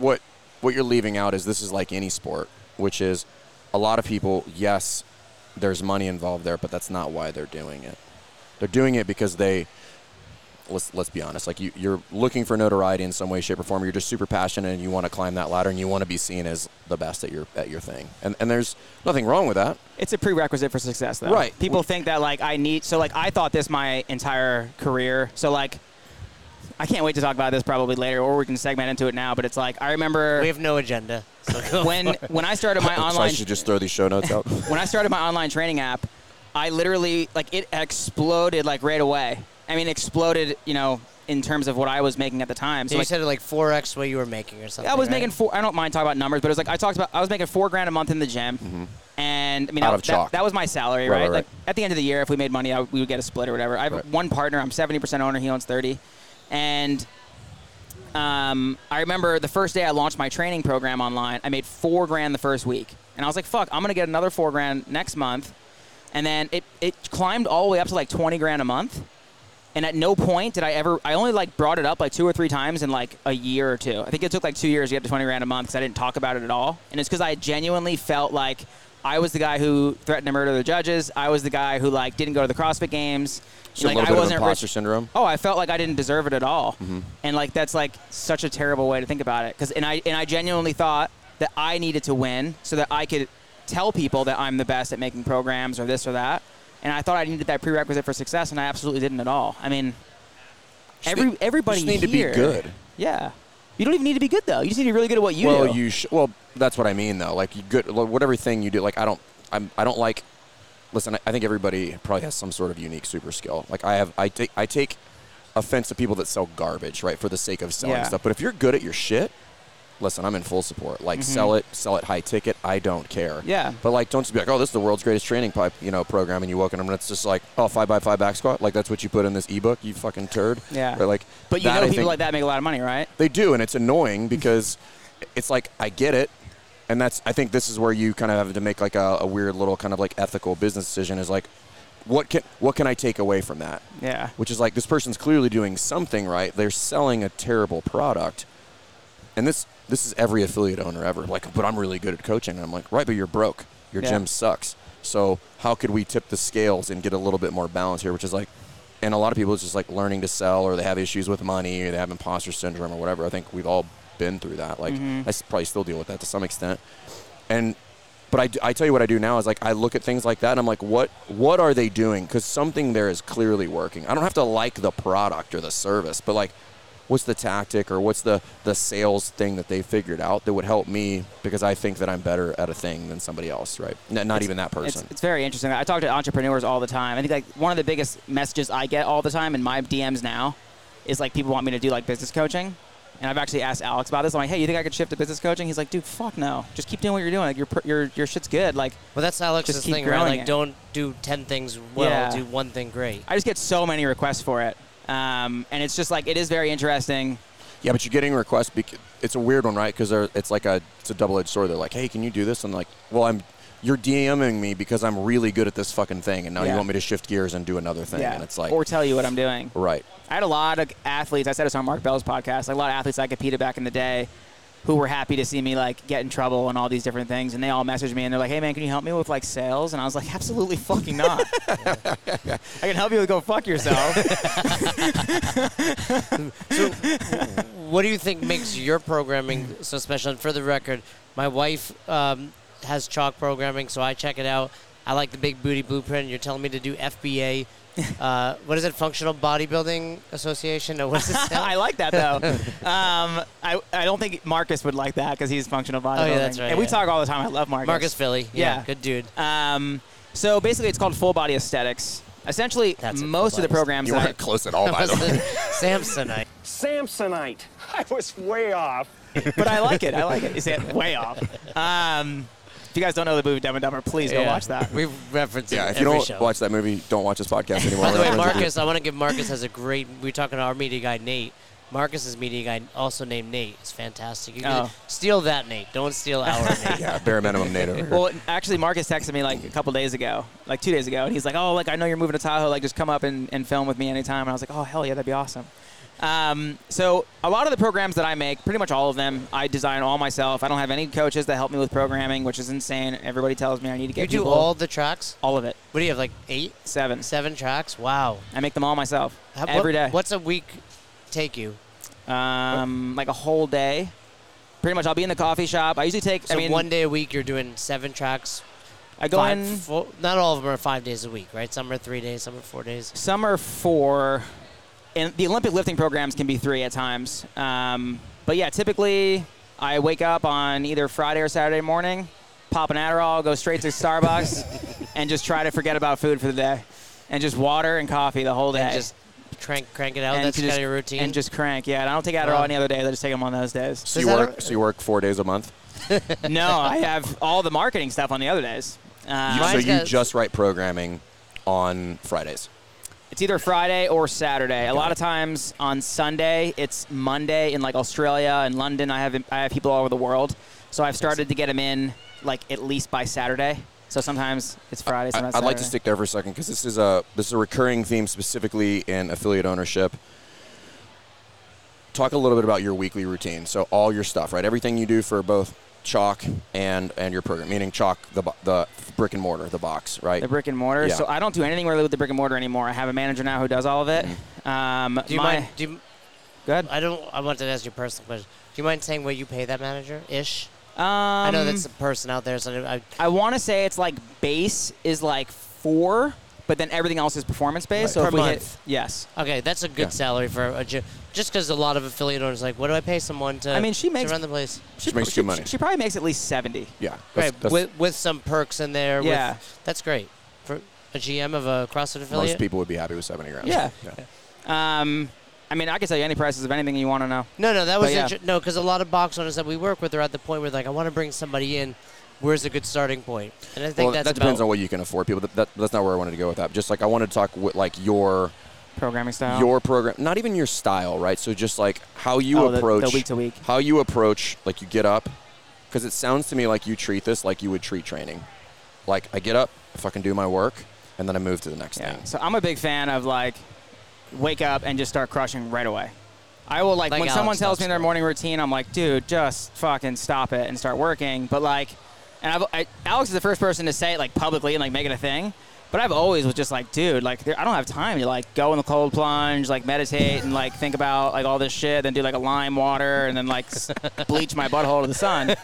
[SPEAKER 3] what what you're leaving out is this is like any sport, which is a lot of people. Yes, there's money involved there, but that's not why they're doing it. They're doing it because they. Let's let's be honest. Like you, you're looking for notoriety in some way, shape, or form. You're just super passionate, and you want to climb that ladder, and you want to be seen as the best at your at your thing. And and there's nothing wrong with that.
[SPEAKER 1] It's a prerequisite for success, though.
[SPEAKER 3] Right.
[SPEAKER 1] People think that like I need. So like I thought this my entire career. So like, I can't wait to talk about this probably later, or we can segment into it now. But it's like I remember
[SPEAKER 2] We have no agenda. So go
[SPEAKER 1] when when I started my
[SPEAKER 3] so I
[SPEAKER 1] online
[SPEAKER 3] should just throw these show notes out.
[SPEAKER 1] when I started my online training app, I literally like it exploded like right away. I mean, exploded. You know, in terms of what I was making at the time. So
[SPEAKER 2] So you
[SPEAKER 1] like,
[SPEAKER 2] said like four x what you were making or something.
[SPEAKER 1] I was
[SPEAKER 2] right?
[SPEAKER 1] making four. I don't mind talking about numbers, but it was like I talked about. I was making four grand a month in the gym, and I mean
[SPEAKER 3] Mm-hmm. Out
[SPEAKER 1] that,
[SPEAKER 3] of chalk.
[SPEAKER 1] That, that was my salary,
[SPEAKER 3] Right,
[SPEAKER 1] right?
[SPEAKER 3] right,
[SPEAKER 1] Like
[SPEAKER 3] right.
[SPEAKER 1] at the end of the year, if we made money, I, we would get a split or whatever. I have
[SPEAKER 3] Right.
[SPEAKER 1] one partner. I'm seventy percent owner. He owns thirty, and um, I remember the first day I launched my training program online. I made four grand the first week, and I was like, "Fuck, I'm gonna get another four grand next month." And then it it climbed all the way up to like twenty grand a month. And at no point did I ever. I only like brought it up like two or three times in like a year or two. I think it took like two years to get to twenty grand a month because I didn't talk about it at all. And it's because I genuinely felt like I was the guy who threatened to murder the judges. I was the guy who like didn't go to the CrossFit games.
[SPEAKER 3] Just
[SPEAKER 1] like I
[SPEAKER 3] a little bit of
[SPEAKER 1] wasn't
[SPEAKER 3] imposter
[SPEAKER 1] rich-
[SPEAKER 3] syndrome.
[SPEAKER 1] oh, I felt like I didn't deserve it at all,
[SPEAKER 3] Mm-hmm.
[SPEAKER 1] and like that's like such a terrible way to think about it. Because and I and I genuinely thought that I needed to win so that I could tell people that I'm the best at making programs or this or that. And I thought I needed that prerequisite for success, and I absolutely didn't at all. I mean, every
[SPEAKER 3] need-
[SPEAKER 1] everybody
[SPEAKER 3] just need to be
[SPEAKER 1] here-
[SPEAKER 3] good.
[SPEAKER 1] Yeah, you don't even need to be good though. You just need to be really good at what you
[SPEAKER 3] well,
[SPEAKER 1] do.
[SPEAKER 3] you sh- well, that's what I mean though. Like you good, like, whatever thing you do. Like I don't, I'm, I don't like. Listen, I- I think everybody probably has some sort of unique super skill. Like I have, I take, I take offense to people that sell garbage, right, for the sake of selling
[SPEAKER 1] Yeah.
[SPEAKER 3] stuff. But if you're good at your shit, listen, I'm in full support. Like, sell it, sell it high ticket. I don't care.
[SPEAKER 1] Mm-hmm. Yeah.
[SPEAKER 3] But like, don't just be like, oh, this is the world's greatest training pipe, you know, program, and you walk in and it's just like, oh, five by five back squat. Like that's what you put in this ebook. You fucking turd.
[SPEAKER 1] Yeah.
[SPEAKER 3] Or like,
[SPEAKER 1] But you
[SPEAKER 3] that,
[SPEAKER 1] know
[SPEAKER 3] I
[SPEAKER 1] people
[SPEAKER 3] think-
[SPEAKER 1] like that make a lot of money, right?
[SPEAKER 3] They do, and it's annoying because it's like I get it, and that's I think this is where you kind of have to make like a, a weird little kind of like ethical business decision is like, what can what can I take away from that?
[SPEAKER 1] Yeah.
[SPEAKER 3] Which is like this person's clearly doing something right. They're selling a terrible product, and this this is every affiliate owner ever. Like, but I'm really good at coaching. And I'm like, right, but you're broke. Your
[SPEAKER 1] Yeah.
[SPEAKER 3] gym sucks. So how could we tip the scales and get a little bit more balance here? Which is like, and a lot of people it's just like learning to sell, or they have issues with money, or they have imposter syndrome, or whatever. I think we've all been through that. Like, I s- probably still deal with that to some extent. And but I, d- I tell you what I do now is like I look at things like that and I'm like, what what are they doing? Because something there is clearly working. I don't have to like the product or the service, but like, what's the tactic or what's the the sales thing that they figured out that would help me because I think that I'm better at a thing than somebody else, right? N- not even that
[SPEAKER 1] It's,
[SPEAKER 3] person.
[SPEAKER 1] it's very interesting. I talk to entrepreneurs all the time. I think like one of the biggest messages I get all the time in my DMs now is like people want me to do like business coaching. And I've actually asked Alex about this. I'm like, hey, you think I could shift to business coaching? He's like, dude, fuck no. Just keep doing what you're doing. Like your per- your your shit's good. Like
[SPEAKER 2] Well, that's Alex's
[SPEAKER 1] Just keep
[SPEAKER 2] thing, right?
[SPEAKER 1] growing
[SPEAKER 2] Like,
[SPEAKER 1] it.
[SPEAKER 2] don't do 10 things well,
[SPEAKER 1] Yeah.
[SPEAKER 2] do one thing great.
[SPEAKER 1] I just get so many requests for it. Um, and it's just like it is very interesting.
[SPEAKER 3] yeah, but you're getting requests. Bec- it's a weird one, right? Because it's like a it's a double edged sword. They're like, hey, can you do this? And like, well, I'm. You're DMing me because I'm really good at this fucking thing, and now you
[SPEAKER 1] Yeah.
[SPEAKER 3] want me to shift gears and do another thing, and it's like,
[SPEAKER 1] or tell you what I'm doing.
[SPEAKER 3] right,
[SPEAKER 1] I had a lot of athletes. I said this on Mark Bell's podcast. Like a lot of athletes I competed back in the day, who were happy to see me like get in trouble and all these different things, and they all messaged me and they're like, "Hey man, can you help me with like sales?" And I was like, "Absolutely fucking not. I can help you with go fuck yourself."
[SPEAKER 2] So, what do you think makes your programming so special? And for the record, my wife um, has chalk programming, so I check it out. I like the big booty blueprint. You're telling me to do FBA. Uh, what is it? Functional Bodybuilding Association? Or what is it? stand
[SPEAKER 1] I like that though. Um, I, I don't think Marcus would like that because he's functional bodybuilding.
[SPEAKER 2] that's right,
[SPEAKER 1] And we
[SPEAKER 2] Oh, yeah.
[SPEAKER 1] talk all the time. I love Marcus.
[SPEAKER 2] Marcus Philly. Yeah,
[SPEAKER 1] Yeah.
[SPEAKER 2] good dude.
[SPEAKER 1] Um, so basically, it's called full body aesthetics. Essentially,
[SPEAKER 2] That's it,
[SPEAKER 1] most
[SPEAKER 2] full
[SPEAKER 1] of the
[SPEAKER 2] body
[SPEAKER 1] programs
[SPEAKER 3] you
[SPEAKER 1] that I-
[SPEAKER 3] weren't close at all, by the way.
[SPEAKER 2] Samsonite.
[SPEAKER 5] Samsonite. I was way off.
[SPEAKER 1] but I like it. I like it. You see, it way off. Um, if you guys don't know the movie Dumb and Dumber, please go
[SPEAKER 2] Yeah.
[SPEAKER 1] watch that.
[SPEAKER 2] We reference
[SPEAKER 3] Yeah,
[SPEAKER 2] it
[SPEAKER 3] if you
[SPEAKER 2] every
[SPEAKER 3] don't
[SPEAKER 2] show.
[SPEAKER 3] watch that movie, don't watch this podcast anymore.
[SPEAKER 2] By the way,
[SPEAKER 3] We're friends with you.
[SPEAKER 2] Marcus, I want to give Marcus has a great. We are talking to our media guy Nate. Marcus's media guy, also named Nate, is fantastic. You can
[SPEAKER 1] Oh.
[SPEAKER 2] steal that Nate. Don't steal our Nate.
[SPEAKER 3] Yeah, bare minimum NATO.
[SPEAKER 1] Well, actually, Marcus texted me like a couple days ago, like two days ago, and he's like, "Oh, like I know you're moving to Tahoe. Like, just come up and, and film with me anytime." And I was like, "Oh, hell yeah, that'd be awesome." Um, so a lot of the programs that I make, pretty much all of them, I design all myself. I don't have any coaches that help me with programming, which is insane. Everybody tells me I need to get
[SPEAKER 2] You do
[SPEAKER 1] people-
[SPEAKER 2] all the tracks.
[SPEAKER 1] all of it.
[SPEAKER 2] What do you have? Like eight,
[SPEAKER 1] Seven.
[SPEAKER 2] seven tracks? Wow.
[SPEAKER 1] I make them all myself
[SPEAKER 2] How- what-
[SPEAKER 1] every day.
[SPEAKER 2] What's a week take you?
[SPEAKER 1] um, like a whole day. Pretty much, I'll be in the coffee shop. I usually take.
[SPEAKER 2] So
[SPEAKER 1] I mean,
[SPEAKER 2] one day a week, you're doing seven tracks.
[SPEAKER 1] I go
[SPEAKER 2] five,
[SPEAKER 1] in.
[SPEAKER 2] four- not all of them are five days a week, right? Some are three days, some are four days.
[SPEAKER 1] Summer four, and the Olympic lifting programs can be three at times. Um, but yeah, typically I wake up on either Friday or Saturday morning, pop an Adderall, go straight to Starbucks, and just try to forget about food for the day, and just water and coffee the whole day.
[SPEAKER 2] And just crank, crank it out.
[SPEAKER 1] And
[SPEAKER 2] That's
[SPEAKER 1] to
[SPEAKER 2] kind of
[SPEAKER 1] just-
[SPEAKER 2] your routine. Oh.
[SPEAKER 1] And just crank. Yeah, and I don't take Adderall
[SPEAKER 2] Wow.
[SPEAKER 1] any other day. I just take them on those days.
[SPEAKER 3] So you
[SPEAKER 2] Does that
[SPEAKER 3] work.
[SPEAKER 2] ever-
[SPEAKER 3] So you work four days a month.
[SPEAKER 1] no, I have all the marketing stuff on the other days.
[SPEAKER 3] You,
[SPEAKER 1] Um,
[SPEAKER 3] so
[SPEAKER 2] Mine's
[SPEAKER 3] you
[SPEAKER 2] got-
[SPEAKER 3] just write programming on Fridays.
[SPEAKER 1] It's either Friday or Saturday. A lot of times on Sunday, it's Monday in like Australia and London. I have I have people all over the world, so I've started to get them in like at least by Saturday. So sometimes it's Friday.
[SPEAKER 3] I,
[SPEAKER 1] Sometimes
[SPEAKER 3] I'd like to
[SPEAKER 1] Saturday.
[SPEAKER 3] stick there for a second because this is a this is a recurring theme specifically in affiliate ownership. Talk a little bit about your weekly routine. So all your stuff, right? Everything you do for both chalk and and your program, meaning chalk the bo- the brick and mortar, the box, right?
[SPEAKER 1] the brick and mortar.
[SPEAKER 3] Yeah.
[SPEAKER 1] So I don't do anything really with the brick and mortar anymore. I have a manager now who does all of it. Um,
[SPEAKER 2] do you
[SPEAKER 1] my-
[SPEAKER 2] mind? Do you,
[SPEAKER 1] Go ahead.
[SPEAKER 2] I don't. I wanted to ask you a personal question. Do you mind saying what you pay that manager ish?
[SPEAKER 1] Um,
[SPEAKER 2] I know that's a person out there. So I,
[SPEAKER 1] I want to say it's like base is like four, but then everything else is performance based. So
[SPEAKER 2] Per
[SPEAKER 1] if we hit
[SPEAKER 2] month.
[SPEAKER 1] yes,
[SPEAKER 2] okay, that's a good
[SPEAKER 3] Yeah.
[SPEAKER 2] salary for a ju- just because a lot of affiliate owners are like, what do I pay someone to?
[SPEAKER 1] I mean, she makes-
[SPEAKER 2] to run the place.
[SPEAKER 3] She makes good money.
[SPEAKER 1] She, probably makes at least seventy.
[SPEAKER 3] yeah, that's,
[SPEAKER 2] Right,
[SPEAKER 3] that's
[SPEAKER 2] with with some perks in there.
[SPEAKER 1] Yeah.
[SPEAKER 2] with, that's great for a GM of a CrossFit affiliate.
[SPEAKER 3] most people would be happy with seventy grand.
[SPEAKER 1] Yeah. Um, I mean, I can tell you any prices of anything you want to know.
[SPEAKER 2] No, no, that
[SPEAKER 1] But
[SPEAKER 2] was
[SPEAKER 1] yeah.
[SPEAKER 2] inter- no, because a lot of box owners that we work with are at the point where like I want to bring somebody in. Where's a good starting point? And I think
[SPEAKER 3] well,
[SPEAKER 2] that's
[SPEAKER 3] that depends
[SPEAKER 2] about-
[SPEAKER 3] on what you can afford, people. That, that, that's not where I wanted to go with that. Just like I wanted to talk with like your
[SPEAKER 1] Programming style.
[SPEAKER 3] your program, not even your style, right? So just like how you
[SPEAKER 1] Oh, the- the
[SPEAKER 3] approach
[SPEAKER 1] week to week.
[SPEAKER 3] how you approach, like you get up, because it sounds to me like you treat this like you would treat training. Like I get up, I fucking do my work, and then I move to the next
[SPEAKER 1] Yeah.
[SPEAKER 3] thing.
[SPEAKER 1] So I'm a big fan of like wake up and just start crushing right away. I will like,
[SPEAKER 2] Like
[SPEAKER 1] when
[SPEAKER 2] Alex
[SPEAKER 1] someone tells
[SPEAKER 2] Knox
[SPEAKER 1] me their
[SPEAKER 2] did.
[SPEAKER 1] morning routine, I'm like, dude, just fucking stop it and start working. But like, and I've, I, Alex is the first person to say it like publicly and like make it a thing. But I've always was just like, dude, like there, I don't have time to like go in the cold plunge, like meditate and like think about like all this shit, then do like a lime water and then like s- bleach my butthole to the sun.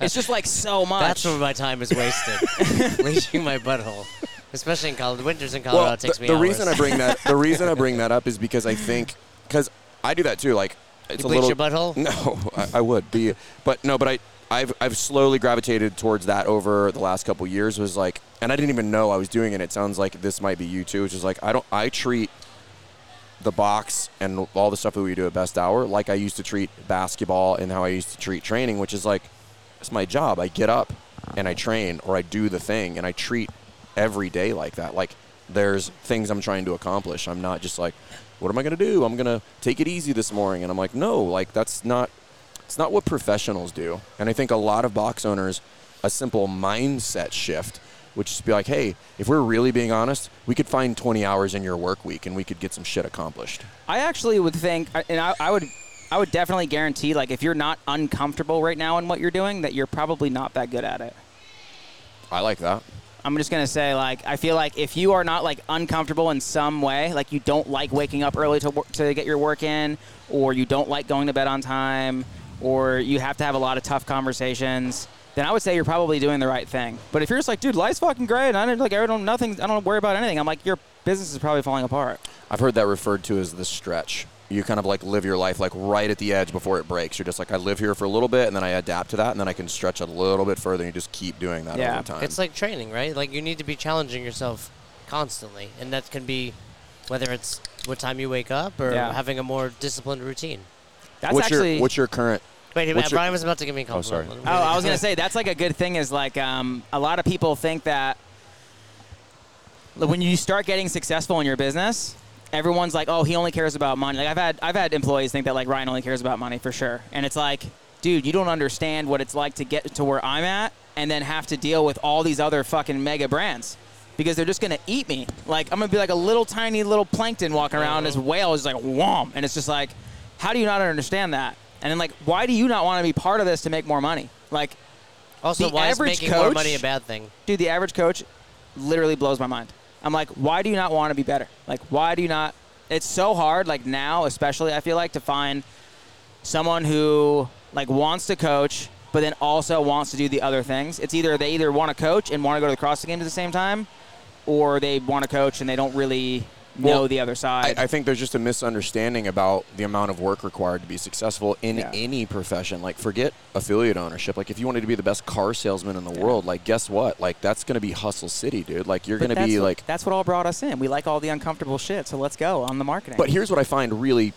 [SPEAKER 1] It's just like so much.
[SPEAKER 2] That's where my time is wasted, leaching my butthole, especially in college. Winters in Colorado
[SPEAKER 3] the,
[SPEAKER 2] takes me
[SPEAKER 3] the
[SPEAKER 2] hours.
[SPEAKER 3] reason I bring that the reason I bring that up is because I think because I do that too. Like it's
[SPEAKER 2] you
[SPEAKER 3] a
[SPEAKER 2] bleach
[SPEAKER 3] little
[SPEAKER 2] your butthole.
[SPEAKER 3] No, I, I would be, but no, but I, I've, I've slowly gravitated towards that over the last couple years. Was like, and I didn't even know I was doing it. It sounds like this might be you too, which is like I don't, I treat the box and all the stuff that we do at Best Hour like I used to treat basketball and how I used to treat training, which is like it's my job. I get up and I train or I do the thing and I treat every day like that. Like there's things I'm trying to accomplish. I'm not just like, what am I gonna do? I'm gonna take it easy this morning. And I'm like, no, like that's not it's not what professionals do. And I think a lot of box owners, a simple mindset shift would just be like, hey, if we're really being honest, we could find 20 hours in your work week and we could get some shit accomplished.
[SPEAKER 1] I actually would think, I- and I, I would, I would definitely guarantee, like, if you're not uncomfortable right now in what you're doing, that you're probably not that good at it.
[SPEAKER 3] I like that.
[SPEAKER 1] I'm just gonna say, like, I feel like if you are not like uncomfortable in some way, like you don't like waking up early to work, to get your work in, or you don't like going to bed on time, or you have to have a lot of tough conversations, then I would say you're probably doing the right thing. But if you're just like, dude, life's fucking great, and I don't like, I don't nothing, I don't worry about anything. I'm like, your business is probably falling apart.
[SPEAKER 3] I've heard that referred to as the stretch. You kind of like live your life like right at the edge before it breaks. You're just like, I live here for a little bit and then I adapt to that and then I can stretch a little bit further and you just keep doing that
[SPEAKER 1] Yeah.
[SPEAKER 3] over time.
[SPEAKER 2] It's like training, right? Like you need to be challenging yourself constantly, and that can be whether it's what time you wake up or
[SPEAKER 1] Yeah.
[SPEAKER 2] having a more disciplined routine.
[SPEAKER 1] That's
[SPEAKER 3] what's,
[SPEAKER 1] actually
[SPEAKER 3] your, what's your current?
[SPEAKER 2] Wait,
[SPEAKER 3] What's your-
[SPEAKER 2] Brian was about to give me a compliment.
[SPEAKER 3] sorry.
[SPEAKER 2] Let him
[SPEAKER 1] Oh,
[SPEAKER 2] read it.
[SPEAKER 1] I was gonna say that's like a good thing is like um, a lot of people think that when you start getting successful in your business, everyone's like, "Oh, he only cares about money." Like I've had I've had employees think that like Ryan only cares about money for sure, and it's like, dude, you don't understand what it's like to get to where I'm at and then have to deal with all these other fucking mega brands because they're just gonna eat me. Like I'm gonna be like a little tiny little plankton walking around. This whale is like wham, and it's just like, how do you not understand that? And then like, why do you not want to be part of this to make more money? Like,
[SPEAKER 2] Also,
[SPEAKER 1] the
[SPEAKER 2] why is
[SPEAKER 1] average
[SPEAKER 2] making more
[SPEAKER 1] coach-
[SPEAKER 2] money a bad thing?
[SPEAKER 1] dude, the average coach literally blows my mind. I'm like, why do you not want to be better? Like, why do you not? It's so hard, like now, especially, I feel like, to find someone who like wants to coach, but then also wants to do the other things. It's either they either want to coach and want to go to the CrossFit games at the same time, or they want to coach and they don't really know
[SPEAKER 3] Well,
[SPEAKER 1] the other
[SPEAKER 3] I,
[SPEAKER 1] side.
[SPEAKER 3] I think there's just a misunderstanding about the amount of work required to be successful in
[SPEAKER 1] Yeah.
[SPEAKER 3] any profession. Like, forget affiliate ownership. Like, if you wanted to be the best car salesman in the world, like, guess what? Like, that's going to be hustle city, dude. Like, you're
[SPEAKER 1] But
[SPEAKER 3] going to
[SPEAKER 1] that's
[SPEAKER 3] be
[SPEAKER 1] what-
[SPEAKER 3] like.
[SPEAKER 1] that's what all brought us in. We like all the uncomfortable shit, so let's go on the marketing.
[SPEAKER 3] But here's what I find really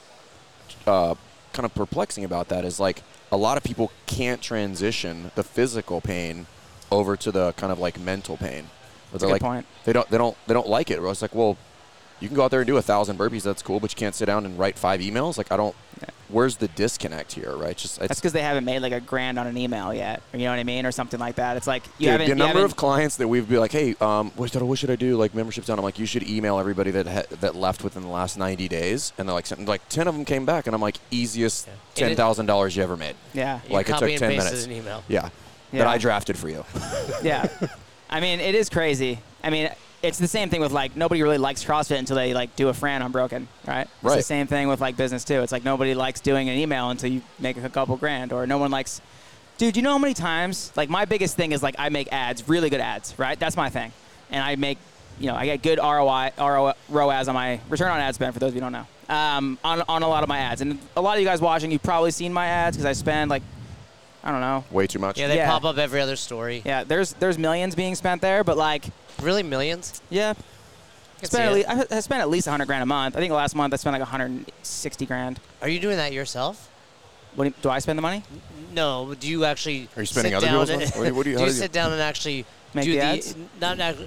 [SPEAKER 3] uh, kind of perplexing about that is like a lot of people can't transition the physical pain over to the kind of like mental pain. That's
[SPEAKER 1] a good
[SPEAKER 3] like,
[SPEAKER 1] point.
[SPEAKER 3] They don't. They don't. They don't like it. Where It's like, well, you can go out there and do a thousand burpees. That's cool, but you can't sit down and write five emails. Like, I don't. Where's the disconnect here, right? Just it's,
[SPEAKER 1] That's because they haven't made like a grand on an email yet, or you know what I mean, or something like that. It's like you
[SPEAKER 3] Dude,
[SPEAKER 1] haven't.
[SPEAKER 3] the
[SPEAKER 1] you
[SPEAKER 3] number
[SPEAKER 1] haven't-
[SPEAKER 3] of clients that we've be like, hey, um, what, should I- what should I do? Like membership's down. I'm like, you should email everybody that ha- that left within the last 90 days, and they're like, sent- like 10 of them came back, and I'm like, easiest
[SPEAKER 2] Yeah.
[SPEAKER 3] ten thousand dollars you ever made.
[SPEAKER 1] yeah,
[SPEAKER 2] You
[SPEAKER 3] Like, it
[SPEAKER 2] copy
[SPEAKER 3] took
[SPEAKER 2] and
[SPEAKER 3] 10
[SPEAKER 2] paste
[SPEAKER 3] minutes.
[SPEAKER 2] an email.
[SPEAKER 3] Yeah,
[SPEAKER 1] Yeah.
[SPEAKER 3] that I drafted for you.
[SPEAKER 1] yeah. I mean, it is crazy. I mean, it's the same thing with like nobody really likes CrossFit until they like do a Fran on Broken, right? It's the
[SPEAKER 3] Right.
[SPEAKER 1] same thing with like business too. It's like nobody likes doing an email until you make a couple grand, or no one likes. Dude, you know how many times? Like my biggest thing is like I make ads, really good ads, right? That's my thing, and I make, you know, I get good ROI, RO, ROAS on my return on ad spend. For those of you who don't know, um, on on a lot of my ads, and a lot of you guys watching, you've probably seen my ads because I spend like, I don't know,
[SPEAKER 3] Way too much.
[SPEAKER 2] Yeah, they
[SPEAKER 1] Yeah.
[SPEAKER 2] pop up every other story.
[SPEAKER 1] yeah. There's there's millions being spent there, but like
[SPEAKER 2] Really, millions?
[SPEAKER 1] Yeah.
[SPEAKER 2] can see
[SPEAKER 1] spent
[SPEAKER 2] it.
[SPEAKER 1] at le- I I spent at least 100 grand a month. I think last month I spent like 160 grand.
[SPEAKER 2] Are you doing that yourself?
[SPEAKER 1] What do, you- do I spend the money?
[SPEAKER 2] No. Do you actually?
[SPEAKER 3] Are you spending
[SPEAKER 2] sit
[SPEAKER 3] other
[SPEAKER 2] down
[SPEAKER 3] people's
[SPEAKER 2] and-
[SPEAKER 3] money? What do you- what do you-
[SPEAKER 2] do
[SPEAKER 3] how
[SPEAKER 2] you
[SPEAKER 3] do you-
[SPEAKER 2] sit down and actually
[SPEAKER 1] Make
[SPEAKER 2] do
[SPEAKER 1] the
[SPEAKER 2] the
[SPEAKER 1] ads?
[SPEAKER 2] not act-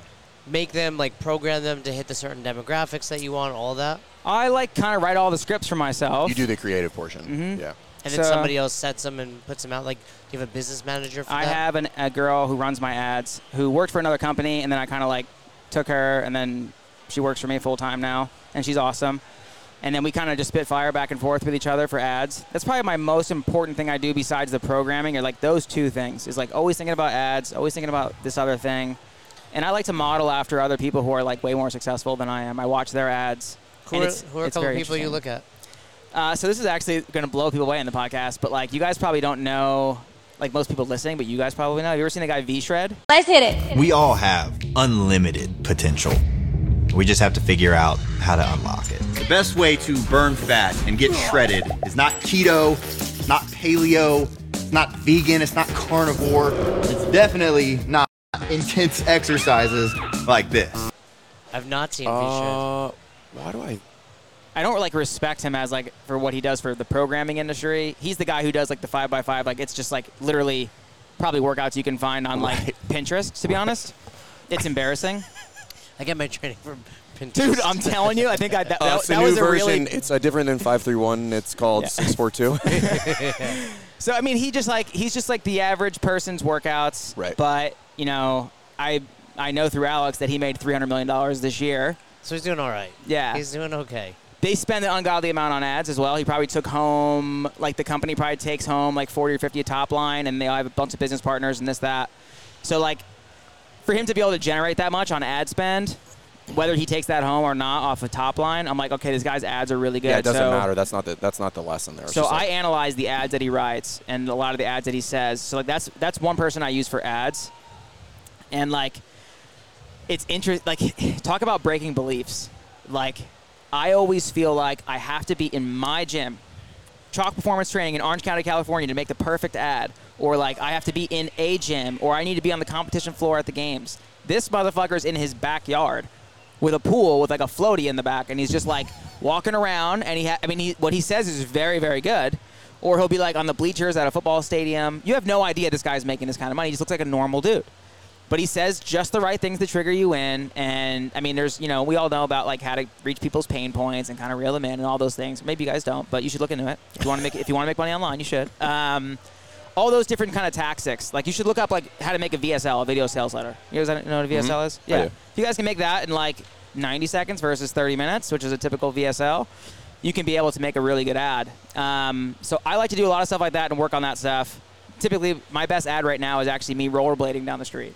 [SPEAKER 2] make them like program them to hit the certain demographics that you want, all that,
[SPEAKER 1] I like kind of write all the scripts for myself.
[SPEAKER 3] You do the creative portion. Yeah.
[SPEAKER 2] and then
[SPEAKER 1] So-
[SPEAKER 2] somebody else sets them and puts them out. Like, do you have a business manager for
[SPEAKER 1] I
[SPEAKER 2] that?
[SPEAKER 1] have an, a girl who runs my ads who worked for another company, and then I kind of like took her, and then she works for me full time now, and she's awesome. And then we kind of just spitfire back and forth with each other for ads. That's probably my most important thing I do besides the programming, or like those two things is like always thinking about ads, always thinking about this other thing. And I like to model after other people who are like way more successful than I am. I watch their ads.
[SPEAKER 2] Who
[SPEAKER 1] and
[SPEAKER 2] are,
[SPEAKER 1] it's-
[SPEAKER 2] who are a
[SPEAKER 1] it's
[SPEAKER 2] couple
[SPEAKER 1] very
[SPEAKER 2] people you
[SPEAKER 1] interesting.
[SPEAKER 2] look at?
[SPEAKER 1] Uh, so this is actually going to blow people away in the podcast, but like you guys probably don't know, like most people listening, but you guys probably know. Have you ever seen the guy V Shred?
[SPEAKER 6] Let's hit it.
[SPEAKER 7] We all have unlimited potential. We just have to figure out how to unlock it.
[SPEAKER 8] The best way to burn fat and get shredded is not keto, not paleo, it's not vegan, it's not carnivore, it's definitely not intense exercises like this.
[SPEAKER 2] I've not seen. Uh,
[SPEAKER 3] Uh, why do I?
[SPEAKER 1] I don't like respect him as like for what he does for the programming industry. He's the guy who does like the five by five. Like it's just like literally probably workouts you can find on like Pinterest. To be honest, it's embarrassing,
[SPEAKER 2] I get my training from Pinterest.
[SPEAKER 1] dude. I'm telling you, I think I, that,
[SPEAKER 3] Uh,
[SPEAKER 1] that,
[SPEAKER 3] it's a
[SPEAKER 1] that
[SPEAKER 3] new
[SPEAKER 1] was a
[SPEAKER 3] version.
[SPEAKER 1] really
[SPEAKER 3] It's uh, different than five three one. It's called
[SPEAKER 1] Yeah.
[SPEAKER 3] six four two.
[SPEAKER 1] So I mean, he just like he's just like the average person's workouts.
[SPEAKER 3] Right.
[SPEAKER 1] But you know, I I know through Alex that he made three hundred million dollars this year.
[SPEAKER 2] so he's doing all right.
[SPEAKER 1] Yeah.
[SPEAKER 2] he's doing okay.
[SPEAKER 1] They spend an ungodly amount on ads as well. He probably took home like the company probably takes home like forty or fifty a top line, and they all have a bunch of business partners and this that. So like, for him to be able to generate that much on ad spend. Whether he takes that home or not off the top line, I'm like, okay, this guy's ads are really good.
[SPEAKER 3] yeah, it doesn't
[SPEAKER 1] So-
[SPEAKER 3] matter. That's not the that's not the lesson there. It's
[SPEAKER 1] So
[SPEAKER 3] just
[SPEAKER 1] I
[SPEAKER 3] like-
[SPEAKER 1] analyze the ads that he writes and a lot of the ads that he says. So like that's that's one person I use for ads, and like it's interesting. Like talk about breaking beliefs. Like I always feel like I have to be in my gym, Chalk Performance Training in Orange County, California, to make the perfect ad, or like I have to be in a gym, or I need to be on the competition floor at the games. This motherfucker's in his backyard with a pool with like a floaty in the back, and he's just like walking around. And he, ha- I mean, he, what he says is very, very good. Or he'll be like on the bleachers at a football stadium. You have no idea this guy's making this kind of money. He just looks like a normal dude. But he says just the right things to trigger you in. And I mean, there's, you know, we all know about like how to reach people's pain points and kind of reel them in and all those things. Maybe you guys don't, but you should look into it. If you want to make, if you want to make money online, you should. Um, all those different kind of tactics. Like you should look up like how to make a VSL, a video sales letter. You guys know what a VSL is? Yeah.
[SPEAKER 3] Mm-hmm. do.
[SPEAKER 1] If you guys can make that in like 90 seconds versus 30 minutes, which is a typical VSL, you can be able to make a really good ad. Um, so I like to do a lot of stuff like that and work on that stuff. Typically, my best ad right now is actually me rollerblading down the street.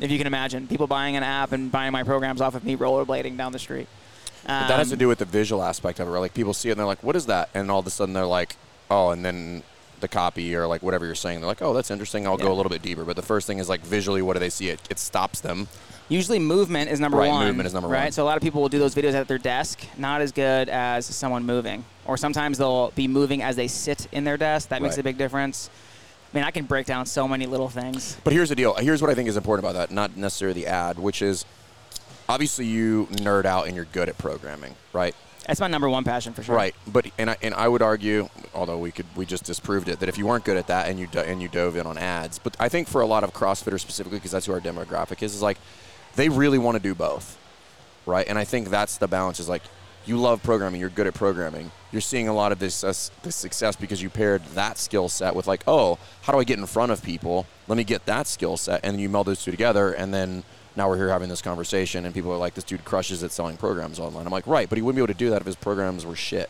[SPEAKER 1] If you can imagine, people buying an app and buying my programs off of me rollerblading down the street.
[SPEAKER 3] But that has
[SPEAKER 1] Um,
[SPEAKER 3] to do with the visual aspect of it, right? Like people see it and they're like, "What is that?" And all of a sudden they're like, "Oh," and then the copy or like whatever you're saying, they're like, "Oh, that's interesting. I'll go
[SPEAKER 1] Yeah.
[SPEAKER 3] a little bit deeper." But the first thing is like visually, what do they see? It it stops them.
[SPEAKER 1] Usually, movement is number
[SPEAKER 3] Right,
[SPEAKER 1] one.
[SPEAKER 3] movement is number
[SPEAKER 1] right?
[SPEAKER 3] one.
[SPEAKER 1] So a lot of people will do those videos at their desk, not as good as someone moving. Or sometimes they'll be moving as they sit in their desk. That makes
[SPEAKER 3] Right.
[SPEAKER 1] a big difference. I mean, I can break down so many little things.
[SPEAKER 3] But here's the deal. Here's what I think is important about that, not necessarily the ad, which is obviously you nerd out and you're good at programming, right?
[SPEAKER 1] That's my number one passion for sure.
[SPEAKER 3] Right, but and I and I would argue, although we could we just disproved it, that if you weren't good at that and you do, and you dove in on ads, but I think for a lot of CrossFitters specifically, because that's who our demographic is, is like they really want to do both, right? And I think that's the balance. Is like you love programming, you're good at programming, you're seeing a lot of this uh, this success because you paired that skill set with like, oh, how do I get in front of people? Let me get that skill set, and then you meld those two together, and then. Now we're here having this conversation, and people are like, "This dude crushes at selling programs online." I'm like, "Right," but he wouldn't be able to do that if his programs were shit.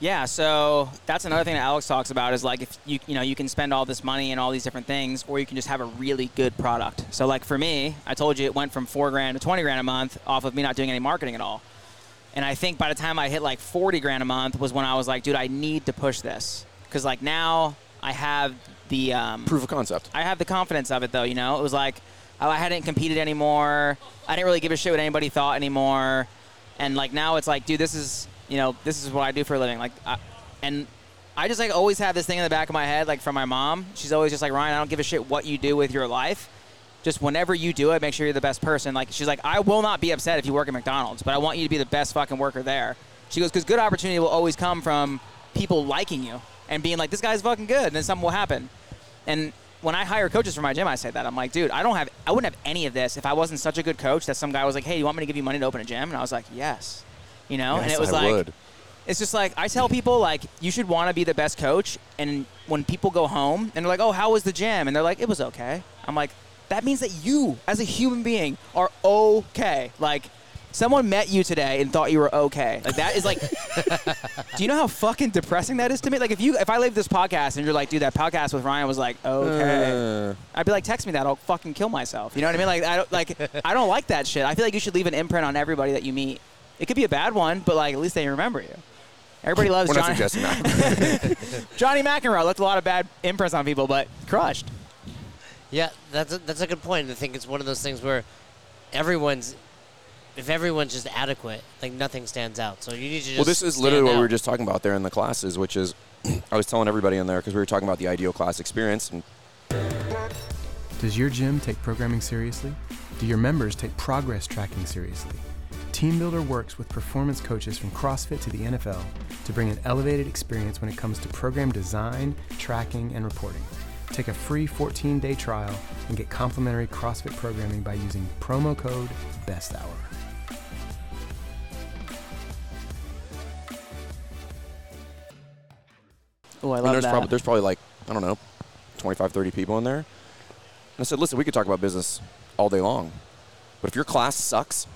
[SPEAKER 1] Yeah, so that's another thing that Alex talks about is like if you you know you can spend all this money and all these different things, or you can just have a really good product. So like for me, I told you it went from four grand to twenty grand a month off of me not doing any marketing at all. And I think by the time I hit like forty grand a month was when I was like, dude, I need to push this because like now I have the um,
[SPEAKER 3] proof of concept.
[SPEAKER 1] I have the confidence of it though. You know, it was like oh, I hadn't competed anymore. I didn't really give a shit what anybody thought anymore. And like now, it's like, dude, this is you know, this is what I do for a living. Like, I, and I just like always have this thing in the back of my head, like from my mom. She's always just like, Ryan, I don't give a shit what you do with your life. just whenever you do it, make sure you're the best person. Like she's like, I will not be upset if you work at McDonald's, but I want you to be the best fucking worker there. She goes, because good opportunity will always come from people liking you and being like, this guy's fucking good, and then something will happen. And when I hire coaches for my gym, I say that I'm like, dude, I don't have, I wouldn't have any of this if I wasn't such a good coach that some guy was like, hey, you want me to give you money to open a gym? And I was like, yes, you know. and
[SPEAKER 3] Yes,
[SPEAKER 1] it was
[SPEAKER 3] I
[SPEAKER 1] like,
[SPEAKER 3] would.
[SPEAKER 1] it's just like I tell people like you should want to be the best coach, and when people go home and they're like, "Oh, how was the gym?" and they're like, "It was okay," I'm like, that means that you, as a human being, are okay. Like, someone met you today and thought you were okay. Like that is like, do you know how fucking depressing that is to me? Like if you, if I leave this podcast and you're like, "Dude, that podcast with Ryan was like okay,"
[SPEAKER 3] Uh.
[SPEAKER 1] I'd be like, "Text me that, I'll fucking kill myself." You know what I mean? Like I don't like I don't like that shit. I feel like you should leave an imprint on everybody that you meet. It could be a bad one, but like at least they remember you. Everybody loves
[SPEAKER 3] We're not
[SPEAKER 1] Johnny.
[SPEAKER 3] suggesting that.
[SPEAKER 1] Johnny McEnroe left a lot of bad imprints on people, but crushed.
[SPEAKER 2] Yeah, that's a, that's a good point. I think it's one of those things where everyone's if everyone's just adequate, like nothing stands out. So you need to just
[SPEAKER 3] well, this is
[SPEAKER 2] stand
[SPEAKER 3] literally what we
[SPEAKER 2] out.
[SPEAKER 3] were just talking about there in the classes, which is I was telling everybody in there because we were talking about the ideal class experience and
[SPEAKER 6] Does your gym take programming seriously? Do your members take progress tracking seriously? Team Builder works with performance coaches from CrossFit to the NFL to bring an elevated experience when it comes to program design, tracking, and reporting. Take a free 14 day trial and get complimentary CrossFit programming by using promo code BESTHOUR.
[SPEAKER 1] Oh, I
[SPEAKER 3] I mean,
[SPEAKER 1] love
[SPEAKER 3] there's,
[SPEAKER 1] that.
[SPEAKER 3] probably, there's probably like, I don't know, 25, 30 people in there. And I said, listen, we could talk about business all day long. But if your class sucks,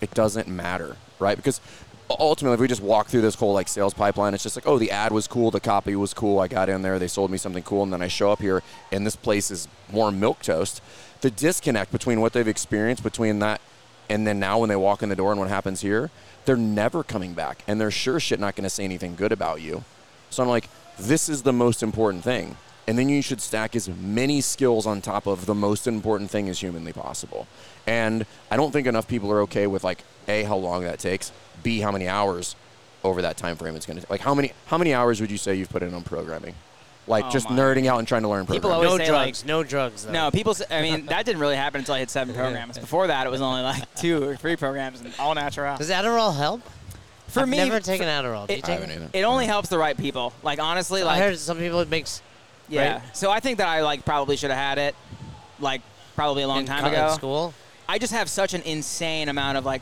[SPEAKER 3] it doesn't matter, right? Because u- ultimately, if we just walk through this whole like sales pipeline, it's just like, oh, the ad was cool, the copy was cool, I got in there, they sold me something cool, and then I show up here, and this place is more milk toast. The disconnect between what they've experienced between that and then now when they walk in the door and what happens here, they're never coming back, and they're sure shit not going to say anything good about you. So I'm like, this is the most important thing. And then you should stack as many skills on top of the most important thing as humanly possible. And I don't think enough people are okay with like A, how long that takes, B, how many hours over that time frame it's gonna take. Like how many how many hours would you say you've put in on programming? Like
[SPEAKER 1] Oh
[SPEAKER 3] just
[SPEAKER 1] my.
[SPEAKER 3] nerding out and trying to learn programming.
[SPEAKER 1] People always
[SPEAKER 2] no
[SPEAKER 1] say,
[SPEAKER 2] drugs,
[SPEAKER 1] like-
[SPEAKER 2] no drugs. Though.
[SPEAKER 3] Oh.
[SPEAKER 1] No, people. s- I mean, that didn't really happen until I hit seven programs. Before that, it was only like two or three programs and all natural.
[SPEAKER 2] Does Adderall help?
[SPEAKER 1] For
[SPEAKER 2] I've
[SPEAKER 1] me,
[SPEAKER 2] never
[SPEAKER 1] for-
[SPEAKER 2] taken Adderall. Do you
[SPEAKER 1] it-
[SPEAKER 2] take
[SPEAKER 3] I haven't either.
[SPEAKER 1] it only helps the right people. Like honestly,
[SPEAKER 2] I
[SPEAKER 1] like
[SPEAKER 2] heard some people it makes
[SPEAKER 1] yeah.
[SPEAKER 2] right?
[SPEAKER 1] So I think that I like probably should have had it, like probably a long
[SPEAKER 2] in
[SPEAKER 1] time
[SPEAKER 2] co- in
[SPEAKER 1] ago.
[SPEAKER 2] school.
[SPEAKER 1] I just have such an insane amount of like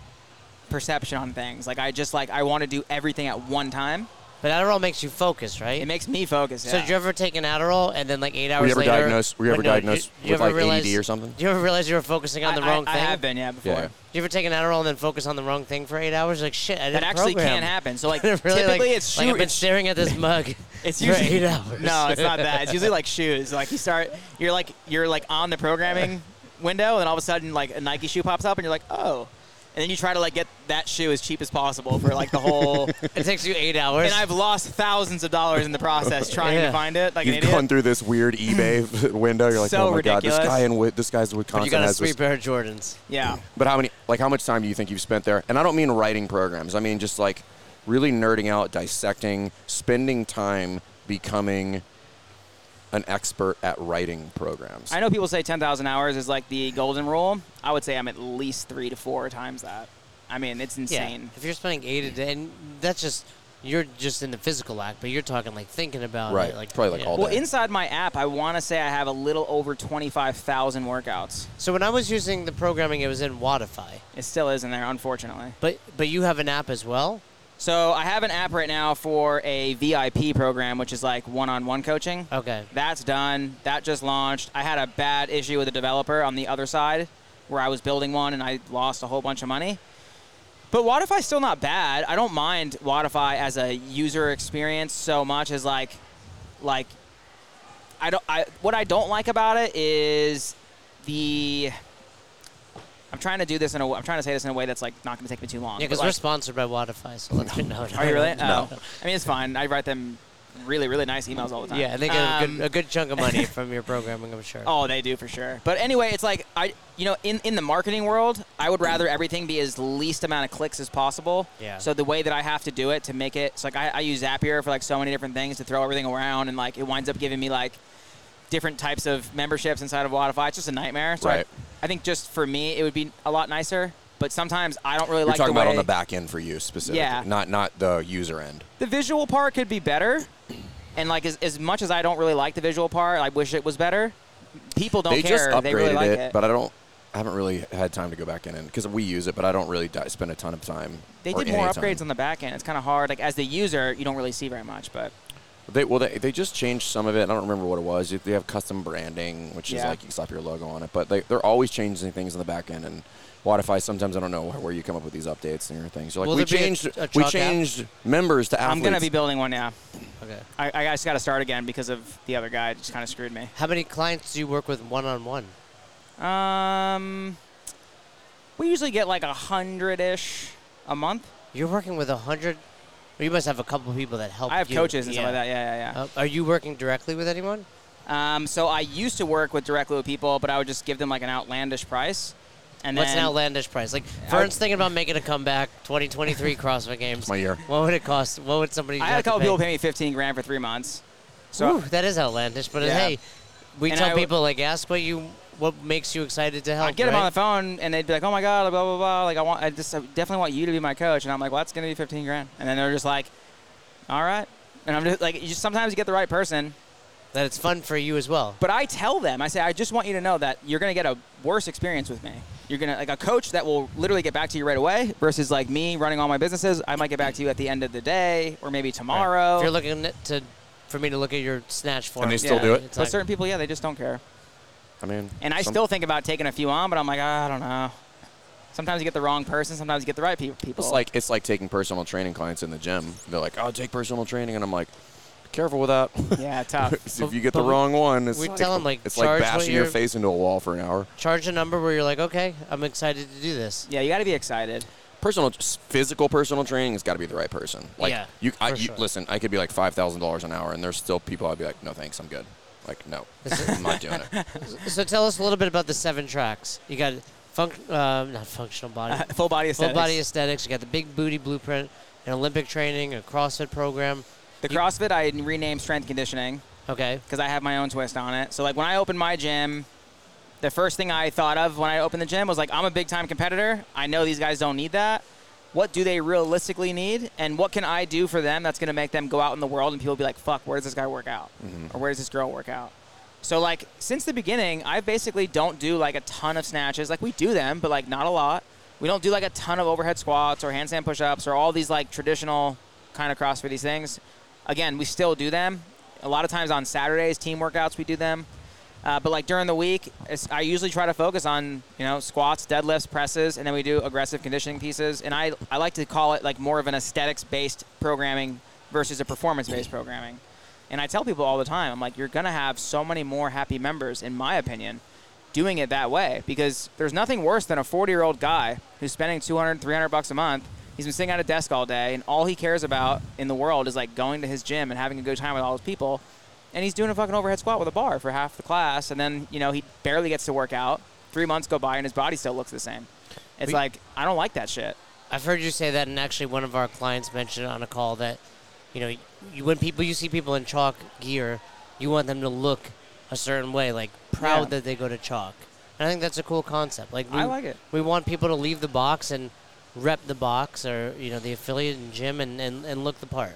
[SPEAKER 1] perception on things. Like I just like I want to do everything at one time.
[SPEAKER 2] But Adderall makes you focus, right?
[SPEAKER 1] It makes me focus.
[SPEAKER 2] So
[SPEAKER 1] yeah.
[SPEAKER 2] did you ever take an Adderall and then like eight hours
[SPEAKER 3] were you ever
[SPEAKER 2] later?
[SPEAKER 3] diagnosed were you
[SPEAKER 2] Wait,
[SPEAKER 3] ever
[SPEAKER 2] no,
[SPEAKER 3] diagnosed
[SPEAKER 2] you
[SPEAKER 3] with
[SPEAKER 2] ever
[SPEAKER 3] like
[SPEAKER 2] realize-
[SPEAKER 3] ADD or something?
[SPEAKER 2] Do you ever realize you were focusing on the
[SPEAKER 1] I-
[SPEAKER 2] wrong
[SPEAKER 1] I,
[SPEAKER 2] thing?
[SPEAKER 1] I have been yeah before.
[SPEAKER 3] Yeah.
[SPEAKER 2] Do you ever take an Adderall and then focus on the wrong thing for eight hours? Like shit, I didn't
[SPEAKER 1] That actually
[SPEAKER 2] program.
[SPEAKER 1] can happen. So like
[SPEAKER 2] Really, like-
[SPEAKER 1] typically it's shoot.
[SPEAKER 2] like I've been
[SPEAKER 1] it's
[SPEAKER 2] staring at this mug.
[SPEAKER 1] It's
[SPEAKER 2] for
[SPEAKER 1] usually
[SPEAKER 2] eight hours.
[SPEAKER 1] No, it's not that. It's usually like shoes. Like you start, you're like you're like on the programming window, and all of a sudden like a Nike shoe pops up, and you're like, oh, and then you try to like get that shoe as cheap as possible for like the whole.
[SPEAKER 2] It takes you eight hours.
[SPEAKER 1] and I've lost thousands of dollars in the process trying
[SPEAKER 2] Yeah.
[SPEAKER 1] to find it. Like an
[SPEAKER 3] You've
[SPEAKER 1] idiot.
[SPEAKER 3] gone through this weird eBay window. You're like,
[SPEAKER 1] So
[SPEAKER 3] oh my god,
[SPEAKER 1] ridiculous.
[SPEAKER 3] this guy in Wi- this guy's in
[SPEAKER 2] but you
[SPEAKER 3] Wisconsin
[SPEAKER 2] got a
[SPEAKER 3] has
[SPEAKER 2] three
[SPEAKER 3] this
[SPEAKER 2] pair of Jordans.
[SPEAKER 1] yeah.
[SPEAKER 3] But how many, like, how much time do you think you've spent there? And I don't mean writing programs. I mean just like really nerding out, dissecting, spending time becoming an expert at writing programs.
[SPEAKER 1] I know people say 10,000 hours is like the golden rule. I would say I'm at least three to four times that. I mean, it's insane.
[SPEAKER 2] If you're spending eight a day, and that's just you're just in the physical act, but you're talking like thinking about
[SPEAKER 3] Right.
[SPEAKER 2] it, like
[SPEAKER 3] Probably, like,
[SPEAKER 2] yeah.
[SPEAKER 3] all day.
[SPEAKER 1] Well, inside my app, I want to say I have a little over 25,000 workouts.
[SPEAKER 2] So when I was using the programming, it was in Wattify,
[SPEAKER 1] It still isn't there, unfortunately.
[SPEAKER 2] but but you have an app as well.
[SPEAKER 1] So I have an app right now for a VIP program, which is like one-on-one coaching.
[SPEAKER 2] Okay.
[SPEAKER 1] That's done. That just launched. I had a bad issue with a developer on the other side, where I was building one and I lost a whole bunch of money. But Wattify's still not bad. I don't mind Wattify as a user experience so much as like, like, I don't. I what I don't like about it is the. I'm trying to do this in a. wa- I'm trying to say this in a way that's like not going to take me too long.
[SPEAKER 2] Yeah,
[SPEAKER 1] but,
[SPEAKER 2] because
[SPEAKER 1] like-
[SPEAKER 2] we're sponsored by Wattify, so let's no. no
[SPEAKER 1] are you really?
[SPEAKER 2] No.
[SPEAKER 1] Oh. I mean, it's fine. I write them really, really nice emails all the time.
[SPEAKER 2] Yeah, I think a,
[SPEAKER 1] Um,
[SPEAKER 2] good, a good chunk of money from your programming, I'm sure.
[SPEAKER 1] Oh, they do for sure. But anyway, it's like I, you know, in in the marketing world, I would rather everything be as least amount of clicks as possible.
[SPEAKER 2] Yeah.
[SPEAKER 1] So the way that I have to do it to make it, so like I, I use Zapier for like so many different things to throw everything around, and like it winds up giving me like different types of memberships inside of Wattify. It's just a nightmare. So I-
[SPEAKER 3] Right.
[SPEAKER 1] I think just for me, it would be a lot nicer. But sometimes I don't really
[SPEAKER 3] We're
[SPEAKER 1] like
[SPEAKER 3] talking
[SPEAKER 1] the way
[SPEAKER 3] about on the back end for you specifically,
[SPEAKER 1] Yeah.
[SPEAKER 3] not not the user end.
[SPEAKER 1] the visual part could be better. And like as, as much as I don't really like the visual part, I wish it was better. People don't
[SPEAKER 3] they
[SPEAKER 1] care.
[SPEAKER 3] just upgraded
[SPEAKER 1] they really like it.
[SPEAKER 3] but I don't. I haven't really had time to go back in and because we use it, but I don't really di- spend a ton of time.
[SPEAKER 1] they
[SPEAKER 3] or
[SPEAKER 1] did more
[SPEAKER 3] any
[SPEAKER 1] upgrades
[SPEAKER 3] time.
[SPEAKER 1] on the back end. It's kind of hard. Like as the user, you don't really see very much. But
[SPEAKER 3] They well, they, they just changed some of it. I don't remember what it was. They have custom branding, which is
[SPEAKER 1] Yeah.
[SPEAKER 3] like you slap your logo on it. But they they're always changing things in the back end and. Watify. Sometimes I don't know where you come up with these updates and your things. You're like,
[SPEAKER 2] Will
[SPEAKER 3] we
[SPEAKER 2] there be a-
[SPEAKER 3] changed,
[SPEAKER 2] a
[SPEAKER 3] we
[SPEAKER 2] chalk app?
[SPEAKER 3] changed members to athletes.
[SPEAKER 1] I'm gonna be building one now.
[SPEAKER 2] Okay.
[SPEAKER 1] I, I just got to start again because of the other guy just kind of screwed me.
[SPEAKER 2] How many clients do you work with one on one?
[SPEAKER 1] Um, we usually get like a hundred ish a month.
[SPEAKER 2] You're working with a hundred. Well, you must have a couple of people that help.
[SPEAKER 1] I have
[SPEAKER 2] you.
[SPEAKER 1] coaches and stuff like
[SPEAKER 2] Yeah. Oh.
[SPEAKER 1] that. Yeah, yeah, yeah.
[SPEAKER 2] Uh, are you working directly with anyone?
[SPEAKER 1] Um, so I used to work with directly with people, but I would just give them like an outlandish price. And
[SPEAKER 2] What's an
[SPEAKER 1] then
[SPEAKER 2] outlandish price? Like Vern's thinking about making a comeback, 2023 CrossFit Games.
[SPEAKER 3] my year.
[SPEAKER 2] What would it cost? What would somebody?
[SPEAKER 1] I had
[SPEAKER 2] have
[SPEAKER 1] a couple
[SPEAKER 2] to
[SPEAKER 1] people pay me 15 grand for three months. So
[SPEAKER 2] Whew, that is outlandish, but uh,
[SPEAKER 1] Yeah.
[SPEAKER 2] hey, we
[SPEAKER 1] And
[SPEAKER 2] tell
[SPEAKER 1] I w-
[SPEAKER 2] people like ask what you what makes you excited to help.
[SPEAKER 1] I'd get them
[SPEAKER 2] right?
[SPEAKER 1] on the phone, and they'd be like, "Oh my god, blah blah blah." Like I want, I just I definitely want you to be my coach, and I'm like, "Well, that's gonna be 15 grand," and then they're just like, "All right," and I'm just like, you just, sometimes you get the right person,
[SPEAKER 2] That it's fun for you as well.
[SPEAKER 1] But I tell them, I say, I just want you to know that you're going to get a worse experience with me. You're going to, like, a coach that will literally get back to you right away versus, like, me running all my businesses. I might get back to you at the end of the day or maybe
[SPEAKER 2] Right.
[SPEAKER 1] tomorrow.
[SPEAKER 2] If you're looking at- to for me to look at your snatch form,
[SPEAKER 3] And they still do it?
[SPEAKER 2] it's
[SPEAKER 1] but
[SPEAKER 2] like-
[SPEAKER 1] certain people, yeah, they just don't care.
[SPEAKER 3] I mean,
[SPEAKER 1] And I
[SPEAKER 3] some-
[SPEAKER 1] still think about taking a few on, but I'm like, "Ah, I don't know. Sometimes you get the wrong person, sometimes you get the right pe- people.
[SPEAKER 3] It's like it's like taking personal training clients in the gym. They're like, "Oh, take personal training," and I'm like, "Careful with that.
[SPEAKER 1] yeah, tough.
[SPEAKER 3] if you get
[SPEAKER 2] But
[SPEAKER 3] the
[SPEAKER 2] we-
[SPEAKER 3] wrong one, it's
[SPEAKER 2] we
[SPEAKER 3] like,
[SPEAKER 2] tell 'em, like,
[SPEAKER 3] it's
[SPEAKER 2] charge
[SPEAKER 3] like
[SPEAKER 2] what
[SPEAKER 3] bashing your
[SPEAKER 2] you're-
[SPEAKER 3] face into a wall for an hour."
[SPEAKER 2] charge a number where you're like, okay, I'm excited to do this.
[SPEAKER 1] yeah, you got to be excited.
[SPEAKER 3] Personal, s- physical personal training has got to be the right person. Like,
[SPEAKER 2] Yeah,
[SPEAKER 3] you, I,
[SPEAKER 2] for
[SPEAKER 3] you
[SPEAKER 2] sure.
[SPEAKER 3] listen. I could be like five thousand dollars an hour, and there's still people I'd be like, "No, thanks, I'm good." Like, no, I'm not doing it.
[SPEAKER 2] So tell us a little bit about the seven tracks. You got func- uh, not functional body,
[SPEAKER 1] Full body
[SPEAKER 2] full
[SPEAKER 1] aesthetics.
[SPEAKER 2] body aesthetics. You got the big booty blueprint, an Olympic training, a CrossFit program.
[SPEAKER 1] the CrossFit, I renamed strength conditioning.
[SPEAKER 2] Okay,
[SPEAKER 1] because I have my own twist on it. So like when I opened my gym, the first thing I thought of when I opened the gym was like, I'm a big time competitor. I know these guys don't need that. What do they realistically need, and what can I do for them that's going to make them go out in the world and people be like, "Fuck, where does this guy work out, or where does this girl work out?" So like since the beginning, I basically don't do like a ton of snatches. Like we do them, but like not a lot. We don't do like a ton of overhead squats or handstand push-ups or all these like traditional kind of CrossFitty things. Again, we still do them. A lot of times on Saturdays, team workouts, we do them. Uh, but like during the week, it's, I usually try to focus on you know squats, deadlifts, presses, and then we do aggressive conditioning pieces. And I I like to call it like more of an aesthetics-based programming versus a performance-based programming. And I tell people all the time, I'm like, you're gonna have so many more happy members, in my opinion, doing it that way because there's nothing worse than a 40-year-old guy who's spending 200, 300 bucks a month. He's been sitting at a desk all day, and all he cares about in the world is like going to his gym and having a good time with all his people and he's doing a fucking overhead squat with a bar for half the class, and then you know he barely gets to work out. Three months go by, and his body still looks the same. It's like I don't like that shit.
[SPEAKER 2] I've heard you say that, and actually, one of our clients mentioned on a call that, you know, you, when people you see people in chalk gear, you want them to look a certain way, like proud
[SPEAKER 1] Yeah.
[SPEAKER 2] that they go to chalk. And I think that's a cool concept. Like we,
[SPEAKER 1] I like it.
[SPEAKER 2] We want people to leave the box and rep the box, or you know, the affiliate and gym, and, and, and look the part.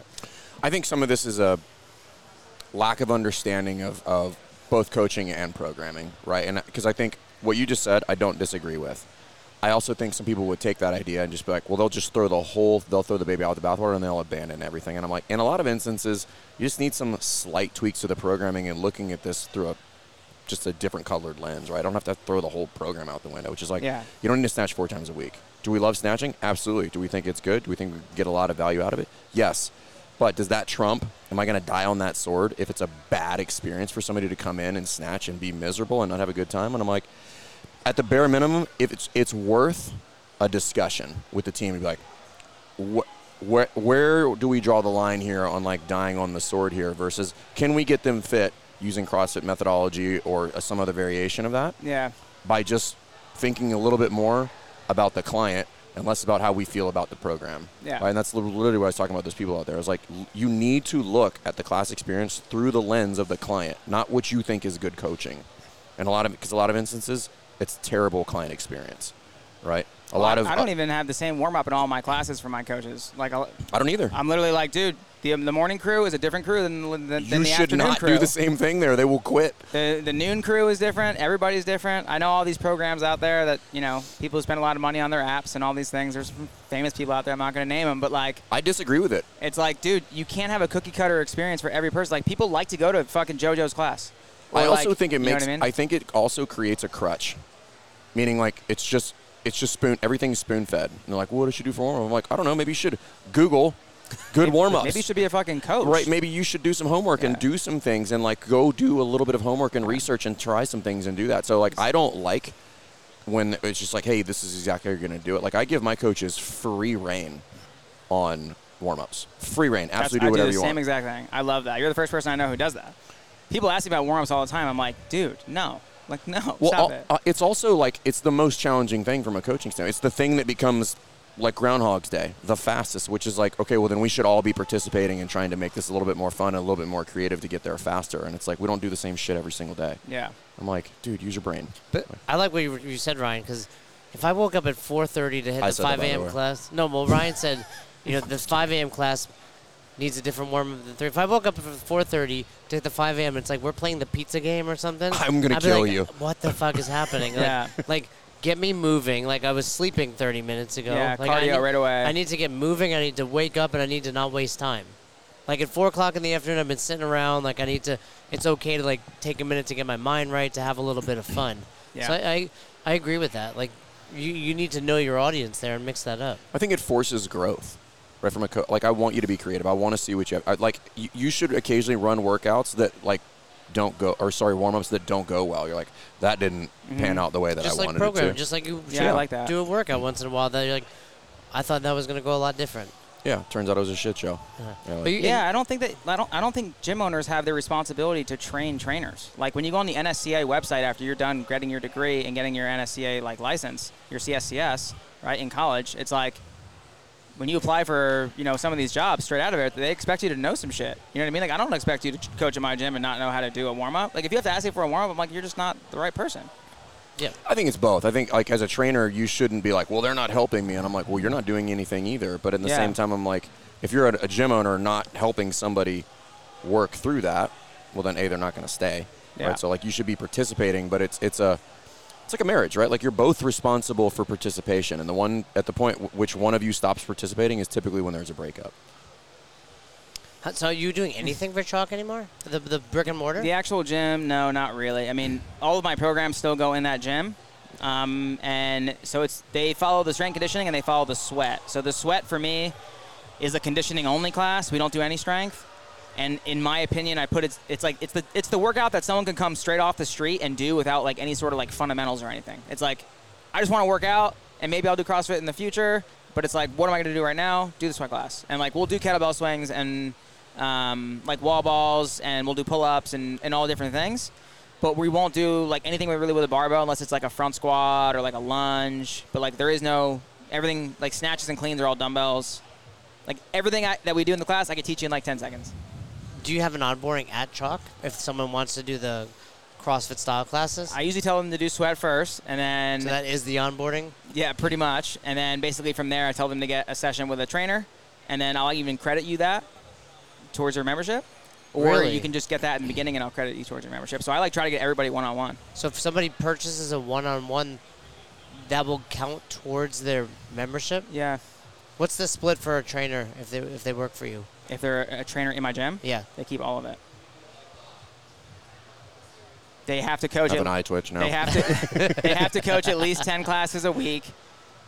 [SPEAKER 3] I think some of this is a lack of understanding of, of both coaching and programming, right? And because I think what you just said, I don't disagree with. I also think some people would take that idea and just be like, well, they'll just throw the whole, they'll throw the baby out with the bathwater and they'll abandon everything. And I'm like, in a lot of instances, you just need some slight tweaks to the programming and looking at this through a just a different colored lens, right? I don't have to throw the whole program out the window, which is like,
[SPEAKER 1] Yeah.
[SPEAKER 3] you don't need to snatch four times a week. Do we love snatching? Absolutely. Do we think it's good? Do we think we get a lot of value out of it? Yes. But does that trump? Am I going to die on that sword if it's a bad experience for somebody to come in and snatch and be miserable and not have a good time? And I'm like, at the bare minimum, if it's it's worth a discussion with the team, you'd be like, wh- where where do we draw the line here on like dying on the sword here versus can we get them fit using CrossFit methodology or uh, some other variation of that
[SPEAKER 1] Yeah,
[SPEAKER 3] by just thinking a little bit more about the client and less about how we feel about the program.
[SPEAKER 1] Yeah.
[SPEAKER 3] Right? And that's li- literally what I was talking about those people out there. It's like l- you need to look at the class experience through the lens of the client, not what you think is good coaching. And a lot of because a lot of instances it's terrible client experience, right? A lot of
[SPEAKER 1] I don't even have the same warm up in all my classes for my coaches. Like I'll-
[SPEAKER 3] I don't either.
[SPEAKER 1] I'm literally like, dude, the, the morning crew is a different crew than, than, than
[SPEAKER 3] you
[SPEAKER 1] the
[SPEAKER 3] should
[SPEAKER 1] afternoon
[SPEAKER 3] not
[SPEAKER 1] crew.
[SPEAKER 3] do the same thing there. They will quit.
[SPEAKER 1] The, the noon crew is different. Everybody's different. I know all these programs out there that you know people who spend a lot of money on their apps and all these things. There's some famous people out there. I'm not going to name them, but like,
[SPEAKER 3] I disagree with it.
[SPEAKER 1] it's like, dude, you can't have a cookie cutter experience for every person. Like, people like to go to fucking JoJo's class.
[SPEAKER 3] I
[SPEAKER 1] Or,
[SPEAKER 3] also
[SPEAKER 1] like,
[SPEAKER 3] think it
[SPEAKER 1] you know
[SPEAKER 3] makes.
[SPEAKER 1] what I
[SPEAKER 3] I,
[SPEAKER 1] mean?
[SPEAKER 3] think it also creates a crutch, meaning like it's just it's just spoon everything's spoon fed. And they're like, what should you do for warm up? I'm like, I don't know. Maybe you should Google good warm ups.
[SPEAKER 1] Maybe you should be a fucking coach.
[SPEAKER 3] Right, maybe you should do some homework and do some things and like go do a little bit of homework and research and try some things and do that. So like I don't like when it's just like, hey, this is exactly how you're gonna do it. Like I give my coaches free reign on warm ups. Free reign.
[SPEAKER 1] That's-
[SPEAKER 3] Absolutely do
[SPEAKER 1] I
[SPEAKER 3] whatever
[SPEAKER 1] do the
[SPEAKER 3] you
[SPEAKER 1] same
[SPEAKER 3] want.
[SPEAKER 1] exact thing. I love that. You're the first person I know who does that. People ask me about warm ups all the time. I'm like, dude, no. Like, no.
[SPEAKER 3] well,
[SPEAKER 1] stop
[SPEAKER 3] al-
[SPEAKER 1] it.
[SPEAKER 3] uh, it's also like it's the most challenging thing from a coaching standpoint. It's the thing that becomes like Groundhog's Day, the fastest, which is like, okay, well then we should all be participating and trying to make this a little bit more fun and a little bit more creative to get there faster. And it's like we don't do the same shit every single day.
[SPEAKER 1] yeah.
[SPEAKER 3] I'm like, dude, use your brain.
[SPEAKER 2] But I like what you, you said, Ryan, because if I woke up at 4:30 to hit
[SPEAKER 3] I
[SPEAKER 2] the
[SPEAKER 3] said that,
[SPEAKER 2] 5
[SPEAKER 3] by the
[SPEAKER 2] a.m.
[SPEAKER 3] way.
[SPEAKER 2] class, no. Well, Ryan said, you know, this 5 a.m. class needs a different warm up than three. If I woke up at 4:30 to hit the 5 a.m., it's like we're playing the pizza game or something.
[SPEAKER 3] I'm gonna
[SPEAKER 2] I'd be
[SPEAKER 3] kill
[SPEAKER 2] like,
[SPEAKER 3] you.
[SPEAKER 2] What the fuck is happening? Like-
[SPEAKER 1] Yeah.
[SPEAKER 2] like, get me moving. Like I was sleeping 30 minutes ago.
[SPEAKER 1] Yeah,
[SPEAKER 2] like, I
[SPEAKER 1] cardio
[SPEAKER 2] need-
[SPEAKER 1] right away.
[SPEAKER 2] I need to get moving. I need to wake up, and I need to not waste time. Like at four o'clock in the afternoon, I've been sitting around. Like I need to. It's okay to like take a minute to get my mind right, to have a little bit of fun.
[SPEAKER 1] Yeah.
[SPEAKER 2] So I, I, I agree with that. Like you, you need to know your audience there and mix that up.
[SPEAKER 3] I think it forces growth, right? From a co- like, I want you to be creative. I want to see what you have. I, like, you, you should occasionally run workouts that like don't go, or sorry, warm ups that don't go well. You're like, that didn't pan out the way
[SPEAKER 2] Mm-hmm.
[SPEAKER 3] that
[SPEAKER 2] Just
[SPEAKER 3] I
[SPEAKER 2] like
[SPEAKER 3] wanted
[SPEAKER 2] program,
[SPEAKER 3] it to.
[SPEAKER 2] just like you.
[SPEAKER 1] Yeah, I
[SPEAKER 2] should
[SPEAKER 1] like that.
[SPEAKER 2] Do a workout once in a while that you're like, I thought that was gonna go a lot different.
[SPEAKER 3] yeah, turns out it was a shit show. Yeah, like-
[SPEAKER 2] Uh-huh. But you,
[SPEAKER 1] Yeah, I don't think that I don't I don't think gym owners have the responsibility to train trainers. Like when you go on the NSCA website after you're done getting your degree and getting your NSCA like license, your CSCS, right in college, it's like when you apply for you know some of these jobs straight out of it, they expect you to know some shit. You know what I mean? Like I don't expect you to ch- coach in my gym and not know how to do a warm up. Like if you have to ask me for a warm up, I'm like you're just not the right person.
[SPEAKER 3] I think it's both. I think like as a trainer, you shouldn't be like, well, they're not helping me, and I'm like, well, you're not doing anything either. But at the
[SPEAKER 1] Yeah.
[SPEAKER 3] same time, I'm like, if you're a, a gym owner not helping somebody work through that, well, then a they're not going to stay.
[SPEAKER 1] Yeah.
[SPEAKER 3] Right. So like you should be participating, but it's it's a it's like a marriage, right? Like you're both responsible for participation, and the one at the point w- which one of you stops participating is typically when there's a breakup.
[SPEAKER 2] How- so are you doing anything for chalk anymore? The the brick and mortar.
[SPEAKER 1] The actual gym, no, not really. I mean, all of my programs still go in that gym. Um, and so it's they follow the strength conditioning and they follow the sweat. So the sweat for me is a conditioning only class. We don't do any strength. And in my opinion, I put it's it's like it's the it's the workout that someone can come straight off the street and do without like any sort of like fundamentals or anything. It's like I just want to work out and maybe I'll do CrossFit in the future, but it's like what am I going to do right now? Do the sweat class. And like we'll do kettlebell swings and um, like wall balls and we'll do pull-ups and, and all different things but we won't do like anything really with a barbell unless it's like a front squat or like a lunge but like there is no everything like snatches and cleans are all dumbbells like everything I, that we do in the class i could teach you in like 10 seconds
[SPEAKER 2] Do you have an onboarding at chalk if someone wants to do the CrossFit style classes?
[SPEAKER 1] i usually tell them to do sweat first and then
[SPEAKER 2] so that is the onboarding.
[SPEAKER 1] Yeah, pretty much. And then basically from there, I tell them to get a session with a trainer, and then I'll even credit you that towards your membership, or
[SPEAKER 2] Really?
[SPEAKER 1] you can just get that in the beginning, and I'll credit you towards your membership. So I like try to get everybody one on one.
[SPEAKER 2] So if somebody purchases a one-on-one, that will count towards their membership.
[SPEAKER 1] Yeah,
[SPEAKER 2] What's the split for a trainer if they if they work for you?
[SPEAKER 1] if they're a trainer in my gym,
[SPEAKER 2] Yeah.
[SPEAKER 1] they keep all of it. They have to coach
[SPEAKER 3] I have
[SPEAKER 1] it.
[SPEAKER 3] an eye twitch now.
[SPEAKER 1] They have to they have to coach at least 10 classes a week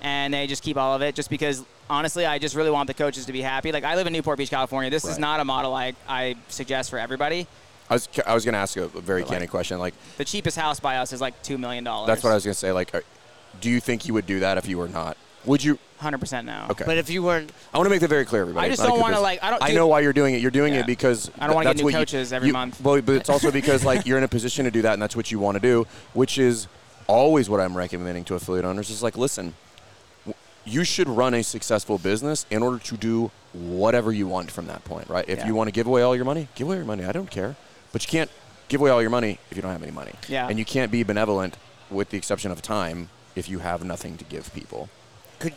[SPEAKER 1] and they just keep all of it just because honestly I just really want the coaches to be happy. Like I live in Newport Beach, California. This is
[SPEAKER 3] Right.
[SPEAKER 1] not a model I, I suggest for everybody.
[SPEAKER 3] I was I was going to ask you a very candid question. Like
[SPEAKER 1] The cheapest house by us is like 2 million dollars.
[SPEAKER 3] that's what I was going to say. Like, are- do you think you would do that if you were not? Would you?
[SPEAKER 1] 100% now.
[SPEAKER 3] Okay.
[SPEAKER 2] But if you weren't,
[SPEAKER 3] I want to make that very clear, everybody.
[SPEAKER 1] I just
[SPEAKER 3] It's not
[SPEAKER 1] don't
[SPEAKER 3] a good
[SPEAKER 1] wanna,
[SPEAKER 3] business.
[SPEAKER 1] like- I don't
[SPEAKER 3] I
[SPEAKER 1] do-
[SPEAKER 3] know why you're doing it. You're doing
[SPEAKER 1] Yeah.
[SPEAKER 3] it because
[SPEAKER 1] I don't wanna
[SPEAKER 3] th-
[SPEAKER 1] get
[SPEAKER 3] that's
[SPEAKER 1] new
[SPEAKER 3] what you-
[SPEAKER 1] coaches every
[SPEAKER 3] you-
[SPEAKER 1] month.
[SPEAKER 3] Well, but it's also because like you're in a position to do that, and that's what you want to do, which is always what I'm recommending to affiliate owners. Is like, listen, w- you should run a successful business in order to do whatever you want from that point, right? If
[SPEAKER 1] Yeah.
[SPEAKER 3] you want to give away all your money, give away your money. I don't care, but you can't give away all your money if you don't have any money.
[SPEAKER 1] Yeah.
[SPEAKER 3] And you can't be benevolent with the exception of time, if you have nothing to give people.
[SPEAKER 2] Could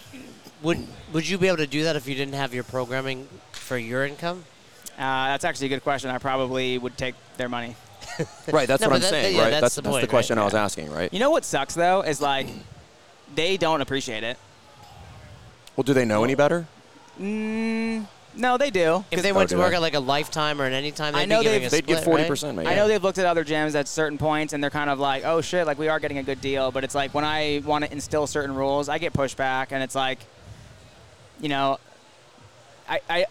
[SPEAKER 2] would would you be able to do that if you didn't have your programming for your income?
[SPEAKER 1] Uh, that's actually a good question. I probably would take their money.
[SPEAKER 3] Right, that's
[SPEAKER 2] No,
[SPEAKER 3] what
[SPEAKER 2] but
[SPEAKER 3] I'm
[SPEAKER 2] that-
[SPEAKER 3] saying,
[SPEAKER 2] yeah,
[SPEAKER 3] right?
[SPEAKER 2] that's
[SPEAKER 3] That's,
[SPEAKER 2] the
[SPEAKER 3] that's
[SPEAKER 2] point,
[SPEAKER 3] the
[SPEAKER 2] right?
[SPEAKER 3] question I was asking, right?
[SPEAKER 1] You know what sucks though is like they don't appreciate it.
[SPEAKER 3] Well, do they know any better?
[SPEAKER 1] No, they do.
[SPEAKER 2] If they
[SPEAKER 3] Oh,
[SPEAKER 2] went to
[SPEAKER 3] do
[SPEAKER 2] work
[SPEAKER 3] they?
[SPEAKER 2] at like a lifetime or an anytime, they'd
[SPEAKER 1] I know
[SPEAKER 2] be giving
[SPEAKER 1] they've-
[SPEAKER 2] a
[SPEAKER 3] They'd
[SPEAKER 2] split,
[SPEAKER 3] give 40%, maybe.
[SPEAKER 1] I know they've looked at other gyms at certain points and they're kind of like, oh shit, like we are getting a good deal. But it's like when I want to instill certain rules, I get pushback and it's like, you know, I, I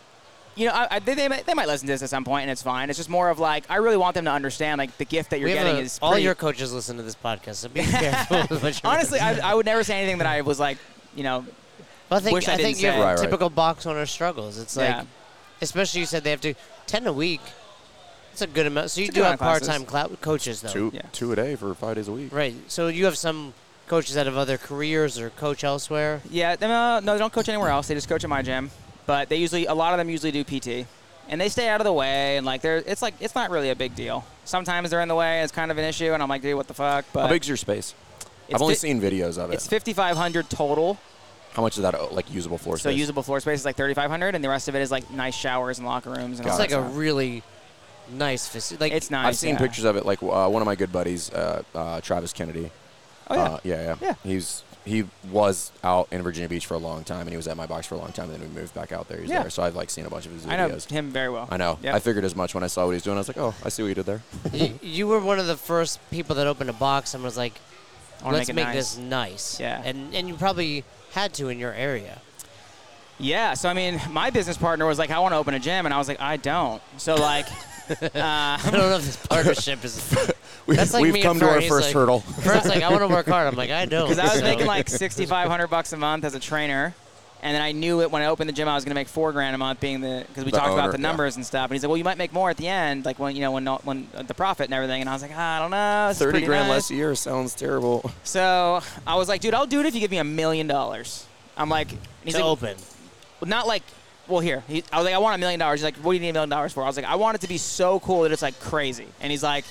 [SPEAKER 1] you know, I, I, they, they, might, they might listen to this at some point and it's fine. It's just more of like, I really want them to understand like the gift that you're
[SPEAKER 2] We have
[SPEAKER 1] getting
[SPEAKER 2] a-
[SPEAKER 1] is
[SPEAKER 2] all
[SPEAKER 1] pretty-
[SPEAKER 2] your coaches listen to this podcast, so be careful. with what you're-
[SPEAKER 1] Honestly, I, I would never say anything that I was like, you know,
[SPEAKER 2] Well, I think,
[SPEAKER 1] wish I
[SPEAKER 2] I
[SPEAKER 1] didn't
[SPEAKER 2] think your
[SPEAKER 1] say it.
[SPEAKER 3] Right, right.
[SPEAKER 2] typical box owner struggles. It's like,
[SPEAKER 1] Yeah.
[SPEAKER 2] especially you said they have to ten a week. It's a good amount. So
[SPEAKER 1] a
[SPEAKER 2] you do
[SPEAKER 1] good amount
[SPEAKER 2] have part
[SPEAKER 1] of
[SPEAKER 2] time cla- coaches though,
[SPEAKER 3] Two,
[SPEAKER 1] Yeah.
[SPEAKER 3] two a day for five days a week.
[SPEAKER 2] right? So you have some coaches that have other careers or coach elsewhere.
[SPEAKER 1] Yeah, they- uh, no, no, they don't coach anywhere else. They just coach at my gym. But they usually, a lot of them usually do PT, and they stay out of the way. And like, they're it's like it's not really a big deal. Sometimes they're in the way. and It's kind of an issue, and I'm like, dude, what the fuck? But
[SPEAKER 3] How big's your space?
[SPEAKER 1] it's
[SPEAKER 3] I've only
[SPEAKER 1] fi-
[SPEAKER 3] seen videos of
[SPEAKER 1] It's
[SPEAKER 3] it.
[SPEAKER 1] 5,500 total.
[SPEAKER 3] How much is that, uh, like, usable floor
[SPEAKER 1] So
[SPEAKER 3] space?
[SPEAKER 1] usable floor space is like 3,500, and the rest of it is like nice showers and locker rooms. And
[SPEAKER 3] Got
[SPEAKER 1] all
[SPEAKER 2] It's
[SPEAKER 3] it.
[SPEAKER 1] that
[SPEAKER 2] like a
[SPEAKER 1] stuff.
[SPEAKER 2] really nice facility. Like
[SPEAKER 1] It's nice.
[SPEAKER 3] I've seen
[SPEAKER 1] yeah.
[SPEAKER 3] pictures of it. Like, uh, one of my good buddies, uh, uh, Travis Kennedy.
[SPEAKER 1] Oh yeah.
[SPEAKER 3] Uh, yeah, yeah.
[SPEAKER 1] Yeah.
[SPEAKER 3] He's he was out in Virginia Beach for a long time, and he was at my box for a long time. And then we moved back out there. He's
[SPEAKER 1] Yeah.
[SPEAKER 3] there, so I've like seen a bunch of his videos.
[SPEAKER 1] I know him very well.
[SPEAKER 3] I know.
[SPEAKER 1] Yep.
[SPEAKER 3] I figured as much when I saw what he was doing. I was like, oh, I see what you did there.
[SPEAKER 2] you, you were one of the first people that opened a box and was like,
[SPEAKER 1] I wanna
[SPEAKER 2] let's
[SPEAKER 1] it
[SPEAKER 2] make,
[SPEAKER 1] nice.
[SPEAKER 2] this nice.
[SPEAKER 1] Yeah.
[SPEAKER 2] And and you probably had to in your area.
[SPEAKER 1] Yeah, so I mean, my business partner was like, "I want to open a gym," and I was like, "I don't." So like,
[SPEAKER 2] I don't know if this partnership is. That's like
[SPEAKER 3] We've
[SPEAKER 2] me
[SPEAKER 3] come
[SPEAKER 2] and
[SPEAKER 3] to our
[SPEAKER 2] Fergie. He's
[SPEAKER 3] first
[SPEAKER 2] like-
[SPEAKER 3] hurdle.
[SPEAKER 2] First, like I want to work hard. I'm like I don't.
[SPEAKER 1] because I was
[SPEAKER 2] So-
[SPEAKER 1] making like sixty five hundred bucks a month as a trainer, and then I knew it when I opened the gym I was going to make four grand a month, being the because we
[SPEAKER 3] The
[SPEAKER 1] talked
[SPEAKER 3] owner,
[SPEAKER 1] about the
[SPEAKER 3] yeah.
[SPEAKER 1] numbers and stuff. And he said, well, you might make more at the end, like when you know when when the profit and everything. And I was like, ah, I don't know, this is
[SPEAKER 3] Thirty
[SPEAKER 1] pretty
[SPEAKER 3] grand
[SPEAKER 1] nice."
[SPEAKER 3] less a year sounds terrible.
[SPEAKER 1] So I was like, dude, I'll do it if you give me a million dollars. I'm like, and he's
[SPEAKER 2] to
[SPEAKER 1] like,
[SPEAKER 2] open.
[SPEAKER 1] well, not like. Well, here. He, I was like, I want a million dollars. He's like, what do you need a million dollars for? I was like, I want it to be so cool that it's like crazy. And he's like,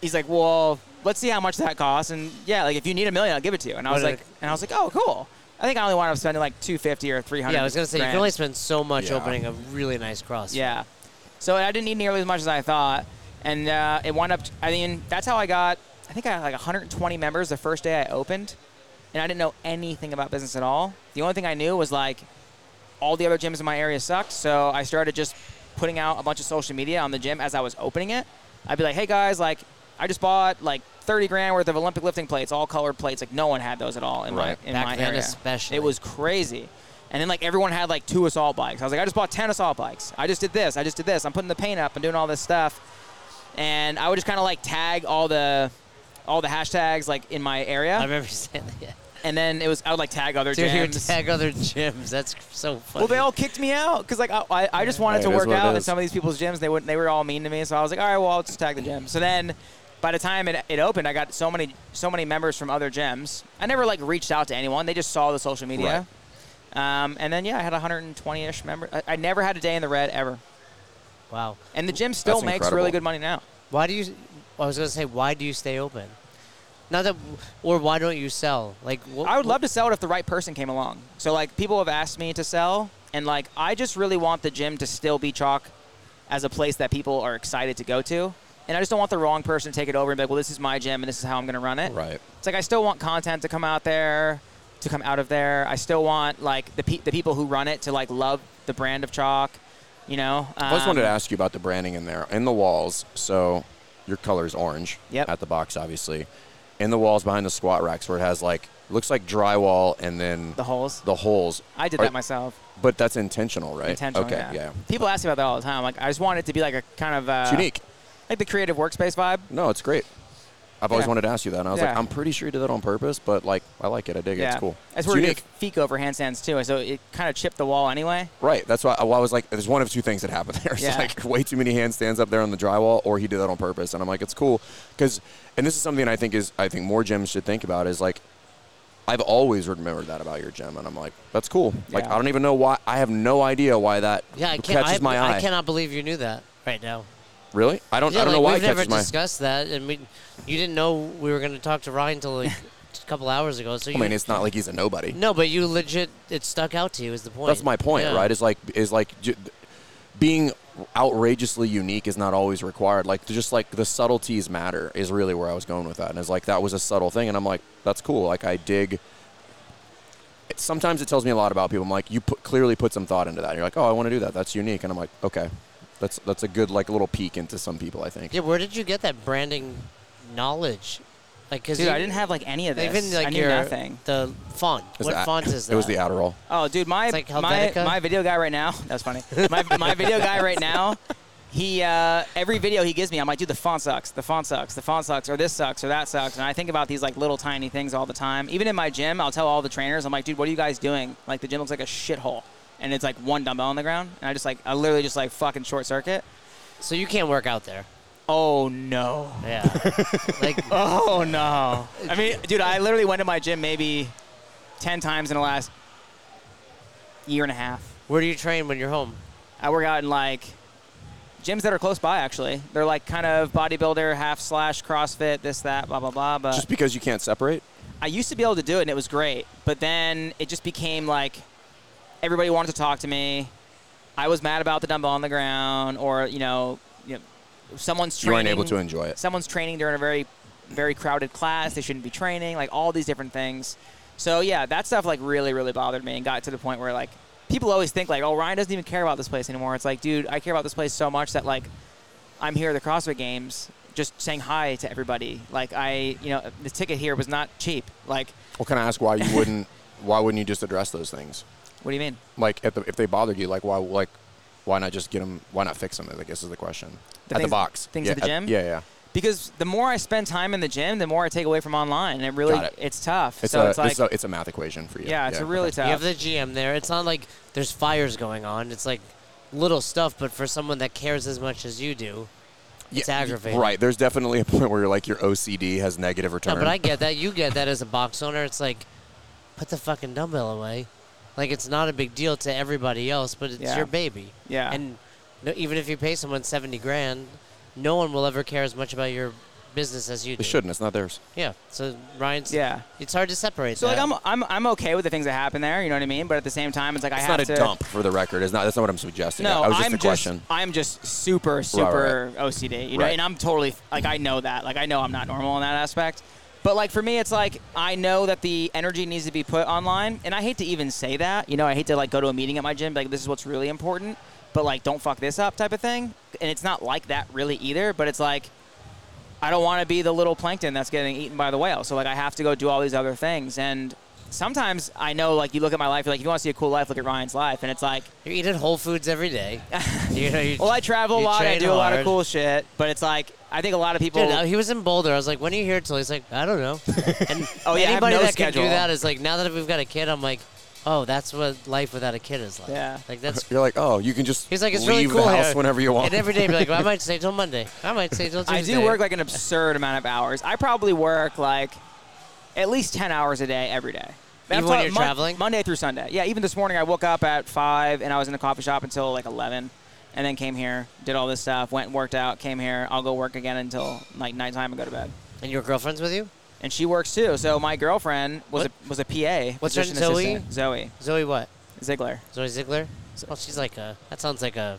[SPEAKER 1] he's like, well, let's see how much that costs. And yeah, like if you need a million, I'll give it to you. And I was
[SPEAKER 2] What
[SPEAKER 1] like,
[SPEAKER 2] a-
[SPEAKER 1] and I was like, oh, cool. I think I only wound up spending like two fifty or three hundred.
[SPEAKER 2] Yeah, I was gonna say you can only spend so much
[SPEAKER 3] Yeah.
[SPEAKER 2] opening a really nice cross.
[SPEAKER 1] Yeah. So I didn't need nearly as much as I thought, and uh, it wound up. I mean, that's how I got. I think I had like 120 members the first day I opened, and I didn't know anything about business at all. The only thing I knew was like all the other gyms in my area sucked, so I started just putting out a bunch of social media on the gym as I was opening it. I'd be like, "Hey guys, like I just bought like 30 grand worth of Olympic lifting plates, all colored plates. Like no one had those at all in
[SPEAKER 3] Right.
[SPEAKER 1] my in
[SPEAKER 2] Back
[SPEAKER 1] my
[SPEAKER 2] then
[SPEAKER 1] area.
[SPEAKER 2] especially.
[SPEAKER 1] It was crazy. And then like everyone had like two assault bikes. I was like, I just bought 10 assault bikes. I just did this. I just did this. I'm putting the paint up. I'm doing all this stuff. And I would just kind of like tag all the all the hashtags like in my
[SPEAKER 2] I
[SPEAKER 1] area.
[SPEAKER 2] remember you saying that.
[SPEAKER 1] And then it was I would like tag other
[SPEAKER 2] Dude, you would
[SPEAKER 1] gyms.
[SPEAKER 2] tag other gyms. That's so funny.
[SPEAKER 1] Well, they all kicked me out because like I, I, I just wanted
[SPEAKER 3] Hey,
[SPEAKER 1] to
[SPEAKER 3] it is
[SPEAKER 1] work
[SPEAKER 3] what it
[SPEAKER 1] out at
[SPEAKER 3] is.
[SPEAKER 1] some of these people's gyms. They wouldn't. They were all mean to me, so I was like, all right, well, I'll just tag the gym. So then, by the time it, it opened, I got so many so many members from other gyms. I never like reached out to anyone. They just saw the social media. Um, and then yeah, I had 120-ish members. I, I never had a day in the red ever.
[SPEAKER 2] wow.
[SPEAKER 1] And the gym still
[SPEAKER 3] That's
[SPEAKER 1] makes
[SPEAKER 3] incredible.
[SPEAKER 1] really good money now.
[SPEAKER 2] Why do you? I was gonna say why do you stay open? Not that, or why don't you sell? Like what,
[SPEAKER 1] I would love to sell it if the right person came along. So like people have asked me to sell, and like I just really want the gym to still be chalk as a place that people are excited to go to. And I just don't want the wrong person to take it over and be like, well, this is my gym and this is how I'm going to run it.
[SPEAKER 3] Right.
[SPEAKER 1] It's like I still want content to come out there, to come out of there. I still want like the pe- the people who run it to like love the brand of chalk. You know.
[SPEAKER 3] I just wanted to
[SPEAKER 1] Um,
[SPEAKER 3] ask you about the branding in there in the walls. So your color's orange
[SPEAKER 1] Yep.
[SPEAKER 3] at the box, obviously. In the walls behind the squat racks, where it has like looks like drywall and then
[SPEAKER 1] the holes.
[SPEAKER 3] the holes.
[SPEAKER 1] I did
[SPEAKER 3] Are-
[SPEAKER 1] that myself.
[SPEAKER 3] But that's intentional, right?
[SPEAKER 1] Intentionally.
[SPEAKER 3] Okay,
[SPEAKER 1] yeah. People ask me about that all the time. Like I just want it to be like a kind of uh,
[SPEAKER 3] It's unique.
[SPEAKER 1] like the creative workspace vibe.
[SPEAKER 3] No, it's great. I've always
[SPEAKER 1] Yeah.
[SPEAKER 3] wanted to ask you that, and I was like,
[SPEAKER 1] Yeah.
[SPEAKER 3] I'm pretty sure you did that on purpose, but like, I like it. I dig it. It's cool.
[SPEAKER 1] That's
[SPEAKER 3] It's
[SPEAKER 1] where we
[SPEAKER 3] unique.
[SPEAKER 1] did Fico over handstands too, so it kind of chipped the wall anyway.
[SPEAKER 3] Right. That's why well, I was like, there's one of two things that happened there. It's
[SPEAKER 1] Yeah.
[SPEAKER 3] like way too many handstands up there on the drywall, or he did that on purpose. And I'm like, it's cool. Because, and this is something I think is, I think more gyms should think about is like, I've always remembered that about your gym. And I'm like, that's cool. Like,
[SPEAKER 1] Yeah.
[SPEAKER 3] I don't even know why, I have no idea why that
[SPEAKER 2] Yeah, I can't.
[SPEAKER 3] catches
[SPEAKER 2] I,
[SPEAKER 3] my eye.
[SPEAKER 2] I cannot believe you knew that right now.
[SPEAKER 3] Really? I don't.
[SPEAKER 2] Yeah,
[SPEAKER 3] I don't
[SPEAKER 2] like,
[SPEAKER 3] know why it
[SPEAKER 2] we've never
[SPEAKER 3] catches my.
[SPEAKER 2] discussed that, and we, you didn't know we were going to talk to Ryan until like a couple hours ago. So you,
[SPEAKER 3] I mean, it's not like he's a nobody.
[SPEAKER 2] no, but you legit it stuck out to you is the point.
[SPEAKER 3] That's my point,
[SPEAKER 2] Yeah.
[SPEAKER 3] right? Is like is like j- being outrageously unique is not always required. Like just like the subtleties matter is really where I was going with that, and it's like that was a subtle thing, and I'm like, that's cool. Like I dig. It, sometimes it tells me a lot about people. I'm like, you put, clearly put some thought into that. You're like, oh, I want to do that. That's unique, and I'm like, okay, that's that's a good like little peek into some people. I think.
[SPEAKER 2] Yeah, where did you get that branding knowledge? Like, cause
[SPEAKER 1] Dude,
[SPEAKER 2] you-
[SPEAKER 1] I didn't have like any of this.
[SPEAKER 2] even like
[SPEAKER 1] I knew
[SPEAKER 2] your
[SPEAKER 1] nothing.
[SPEAKER 2] the font.
[SPEAKER 3] It was
[SPEAKER 2] what
[SPEAKER 3] the-
[SPEAKER 2] font is that?
[SPEAKER 3] It was the Adderall.
[SPEAKER 1] Oh, dude, my
[SPEAKER 2] It's like
[SPEAKER 1] my
[SPEAKER 2] Helvetica.
[SPEAKER 1] my video guy right now. That's funny. My my video guy right now. He uh, every video he gives me, I'm like, dude, the font sucks. The font sucks. The font sucks. Or this sucks. Or that sucks. And I think about these like little tiny things all the time. Even in my gym, I'll tell all the trainers, I'm like, dude, what are you guys doing? Like the gym looks like a shithole, and it's like one dumbbell on the ground, and I just like I literally just like fucking short circuit.
[SPEAKER 2] So you can't work out there.
[SPEAKER 1] Oh no.
[SPEAKER 2] Yeah. like
[SPEAKER 1] Oh no. I mean, dude, I literally went to my gym maybe ten times in the last year and a half.
[SPEAKER 2] where do you train when you're home?
[SPEAKER 1] I work out in like gyms that are close by. Actually, they're like kind of bodybuilder, half slash CrossFit, this that, blah blah blah.
[SPEAKER 2] Uh,
[SPEAKER 1] But
[SPEAKER 3] Just because you can't separate.
[SPEAKER 1] I used to be able to do it, and it was great. But then it just became like everybody wanted to talk to me. I was mad about the dumbbell on the ground, or you know, you know someone's
[SPEAKER 3] You
[SPEAKER 1] training.
[SPEAKER 3] weren't able to enjoy it.
[SPEAKER 1] Someone's training during a very, very crowded class. They shouldn't be training. Like all these different things. So yeah, that stuff like really, really bothered me and got to the point where like people always think like, oh, Ryan doesn't even care about this place anymore. It's like, dude, I care about this place so much that like I'm here at the CrossFit Games, just saying hi to everybody. Like I, you know, the ticket here was not cheap. Like,
[SPEAKER 3] Well, can I ask why you wouldn't? why wouldn't you just address those things?
[SPEAKER 1] what do you mean?
[SPEAKER 3] like at the, if they bothered you, like why like why not just get them? Why not fix them? I guess is the question.
[SPEAKER 1] The
[SPEAKER 3] at the
[SPEAKER 1] things-
[SPEAKER 3] box,
[SPEAKER 1] things
[SPEAKER 3] yeah,
[SPEAKER 1] at the gym?
[SPEAKER 3] yeah, yeah.
[SPEAKER 1] Because the more I spend time in the gym, the more I take away from online. And it really,
[SPEAKER 3] Got it.
[SPEAKER 1] it's tough.
[SPEAKER 3] It's
[SPEAKER 1] so
[SPEAKER 3] a
[SPEAKER 1] it's like,
[SPEAKER 3] it's, a, it's a math equation for you.
[SPEAKER 1] yeah, it's a really
[SPEAKER 3] okay.
[SPEAKER 1] tough.
[SPEAKER 2] You have the GM there. It's not like there's fires going on. It's like little stuff, but for someone that cares as much as you do, it's
[SPEAKER 3] Yeah,
[SPEAKER 2] aggravating.
[SPEAKER 3] Right. There's definitely a point where like your OCD has negative return.
[SPEAKER 2] No, but I get that. You get that as a box owner. It's like, put the fucking dumbbell away. Like it's not a big deal to everybody else, but it's
[SPEAKER 1] Yeah.
[SPEAKER 2] your baby.
[SPEAKER 1] Yeah.
[SPEAKER 2] And no, even if you pay someone seventy grand, no one will ever care as much about your business as you do.
[SPEAKER 3] they shouldn't. It's not theirs.
[SPEAKER 2] Yeah. So Ryan's.
[SPEAKER 1] Yeah.
[SPEAKER 2] It's hard to separate.
[SPEAKER 1] So like
[SPEAKER 2] that.
[SPEAKER 1] I'm, I'm I'm okay with the things that happen there, you know what I mean? But at the same time, it's like I
[SPEAKER 3] It's
[SPEAKER 1] have
[SPEAKER 3] not a
[SPEAKER 1] to
[SPEAKER 3] dump for the record. It's not. That's not what I'm suggesting.
[SPEAKER 1] No,
[SPEAKER 3] that was just
[SPEAKER 1] I'm
[SPEAKER 3] a question.
[SPEAKER 1] I'm just super
[SPEAKER 3] right,
[SPEAKER 1] super OCD, you know,
[SPEAKER 3] Right.
[SPEAKER 1] and I'm totally like I know that. Like I know I'm not normal in that aspect. But like for me, it's like I know that the energy needs to be put online, and I hate to even say that. You know, I hate to like go to a meeting at my gym, be like this is what's really important, but like don't fuck this up type of thing. And it's not like that really either. But it's like I don't want to be the little plankton that's getting eaten by the whale. So like I have to go do all these other things. And sometimes I know like you look at my life, you're like if you want to see a cool life, look at Ryan's life, and it's like
[SPEAKER 2] You're eating Whole Foods every day. you know, you,
[SPEAKER 1] well, I travel a
[SPEAKER 2] you
[SPEAKER 1] lot. I
[SPEAKER 2] train
[SPEAKER 1] do a lot of
[SPEAKER 2] hard.
[SPEAKER 1] cool shit, but it's like I think a lot of people.
[SPEAKER 2] Dude, uh, he was in Boulder. I was like, "When are you here?" Till he's like, "I don't know." And
[SPEAKER 1] Oh, yeah, I have
[SPEAKER 2] anybody
[SPEAKER 1] no
[SPEAKER 2] that can
[SPEAKER 1] schedule.
[SPEAKER 2] do that is like, now that we've got a kid, I'm like, "Oh, that's what life without a kid is like."
[SPEAKER 1] Yeah.
[SPEAKER 2] like that's.
[SPEAKER 3] You're like, oh, you can just
[SPEAKER 2] He's like, "It's
[SPEAKER 3] leave
[SPEAKER 2] really cool
[SPEAKER 3] the house
[SPEAKER 2] here."
[SPEAKER 3] whenever you want.
[SPEAKER 2] And every day, be like, well, "I might stay till Monday. I might stay till Tuesday."
[SPEAKER 1] I do work like an absurd amount of hours. I probably work like at least ten hours a day every day. I'm
[SPEAKER 2] Even when
[SPEAKER 1] ta-
[SPEAKER 2] you're
[SPEAKER 1] Mon-
[SPEAKER 2] traveling?
[SPEAKER 1] Monday through Sunday. Yeah, even this morning I woke up at five and I was in the coffee shop until like eleven, and then came here, did all this stuff, went and worked out, came here. I'll go work again until like nighttime and go to bed.
[SPEAKER 2] And your girlfriend's with you,
[SPEAKER 1] And she works too. So my girlfriend was
[SPEAKER 2] What?
[SPEAKER 1] a was a PA.
[SPEAKER 2] What's her
[SPEAKER 1] physician
[SPEAKER 2] name, Zoe?
[SPEAKER 1] assistant. Zoe
[SPEAKER 2] Zoe. What?
[SPEAKER 1] Ziegler.
[SPEAKER 2] Zoe Ziegler. Oh, she's like a. That sounds like a.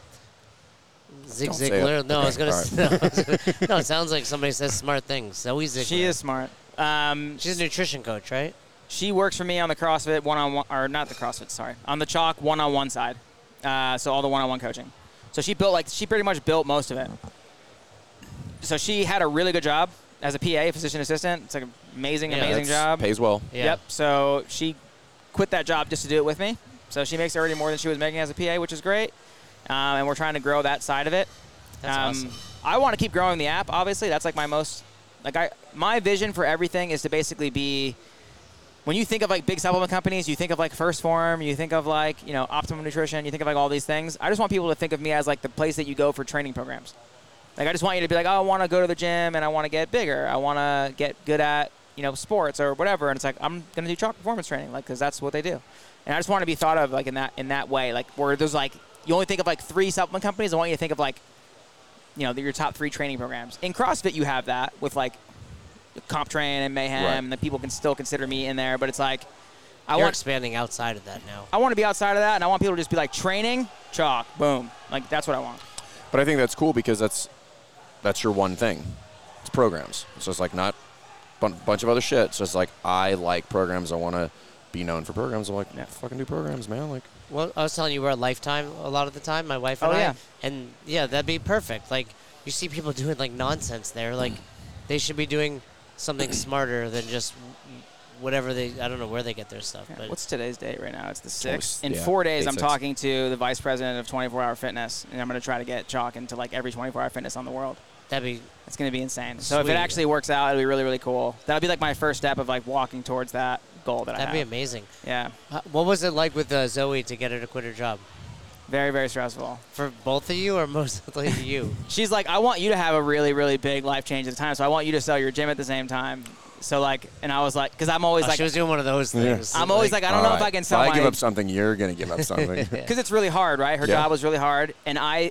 [SPEAKER 2] Zig
[SPEAKER 3] Don't say
[SPEAKER 2] Ziegler.
[SPEAKER 3] it.
[SPEAKER 2] No, I was gonna.
[SPEAKER 3] all
[SPEAKER 2] s- no, I was gonna- no, it sounds like somebody says smart things. Zoe Ziegler.
[SPEAKER 1] She is smart. Um,
[SPEAKER 2] She's a nutrition coach, right?
[SPEAKER 1] She works for me on the CrossFit one on one, or not the CrossFit, sorry, on the chalk one on one side. Uh, so all the one on one coaching. So she built like she pretty much built most of it. So she had a really good job as a PA, physician assistant. It's like an amazing,
[SPEAKER 2] Yeah,
[SPEAKER 1] amazing
[SPEAKER 3] That's-
[SPEAKER 1] job.
[SPEAKER 3] Pays well.
[SPEAKER 2] Yeah.
[SPEAKER 1] Yep. So she quit that job just to do it with me. So she makes already more than she was making as a PA, which is great. Um, and we're trying to grow that side of it. Um,
[SPEAKER 2] That's awesome.
[SPEAKER 1] I want to keep growing the app. Obviously, that's like my most like I my vision for everything is to basically be. When you think of like big supplement companies, you think of like First Form, you think of like you know Optimum Nutrition, you think of like all these things. I just want people to think of me as like the place that you go for training programs. Like I just want you to be like, oh, I want to go to the gym and I want to get bigger. I want to get good at you know sports or whatever. And it's like I'm gonna do chalk performance training, like because that's what they do. And I just want to be thought of like in that in that way, like where there's like you only think of like three supplement companies. I want you to think of like you know, your top three training programs. In CrossFit, you have that with like comp train and mayhem,
[SPEAKER 3] Right.
[SPEAKER 1] and the people can still consider me in there. But it's like, I
[SPEAKER 2] You're
[SPEAKER 1] want
[SPEAKER 2] expanding outside of that now.
[SPEAKER 1] I want to be outside of that, and I want people to just be like training, chalk, boom. Like that's what I want.
[SPEAKER 3] But I think that's cool because that's that's your one thing. It's programs. It's just like not a bunch of other shit. It's just like I like programs. I want to be known for programs. I'm like, yeah, fucking do programs, man. Like,
[SPEAKER 2] Well, I was telling you we're at Lifetime a lot of the time, my wife and
[SPEAKER 1] Oh,
[SPEAKER 2] I.
[SPEAKER 1] yeah.
[SPEAKER 2] And yeah, that'd be perfect. Like you see people doing like nonsense there. Like they should be doing something smarter than just whatever they. I don't know where they get their stuff.
[SPEAKER 1] Yeah,
[SPEAKER 2] But
[SPEAKER 1] What's today's date right now? It's the sixth.
[SPEAKER 3] Almost-
[SPEAKER 1] In
[SPEAKER 3] yeah,
[SPEAKER 1] four days,
[SPEAKER 3] day
[SPEAKER 1] I'm
[SPEAKER 3] six.
[SPEAKER 1] talking to the vice president of 24 Hour Fitness, and I'm going to try to get chalk into like every 24 Hour Fitness on the world.
[SPEAKER 2] that'd be
[SPEAKER 1] It's going to be insane. So if it
[SPEAKER 2] Sweet.
[SPEAKER 1] actually works out, it'll be really really cool. That'll be like my first step of like walking towards that goal that
[SPEAKER 2] that'd
[SPEAKER 1] I
[SPEAKER 2] be
[SPEAKER 1] have.
[SPEAKER 2] amazing.
[SPEAKER 1] yeah,
[SPEAKER 2] Uh, What was it like with uh, Zoe to get her to quit her job?
[SPEAKER 1] very very stressful.
[SPEAKER 2] For both of you, or mostly you? Oh,
[SPEAKER 1] She's like, I want you to have a really really big life change at the time, so I want you to sell your gym at the same time. So like, and I was like, because I'm always
[SPEAKER 2] Oh,
[SPEAKER 1] like,
[SPEAKER 2] she was doing one of those things.
[SPEAKER 1] I'm always like, I don't know if I can sell
[SPEAKER 3] I
[SPEAKER 1] my
[SPEAKER 3] give up something. You're gonna give up something.
[SPEAKER 1] because it's really hard, right? Her
[SPEAKER 3] Yeah.
[SPEAKER 1] job was really hard, and I.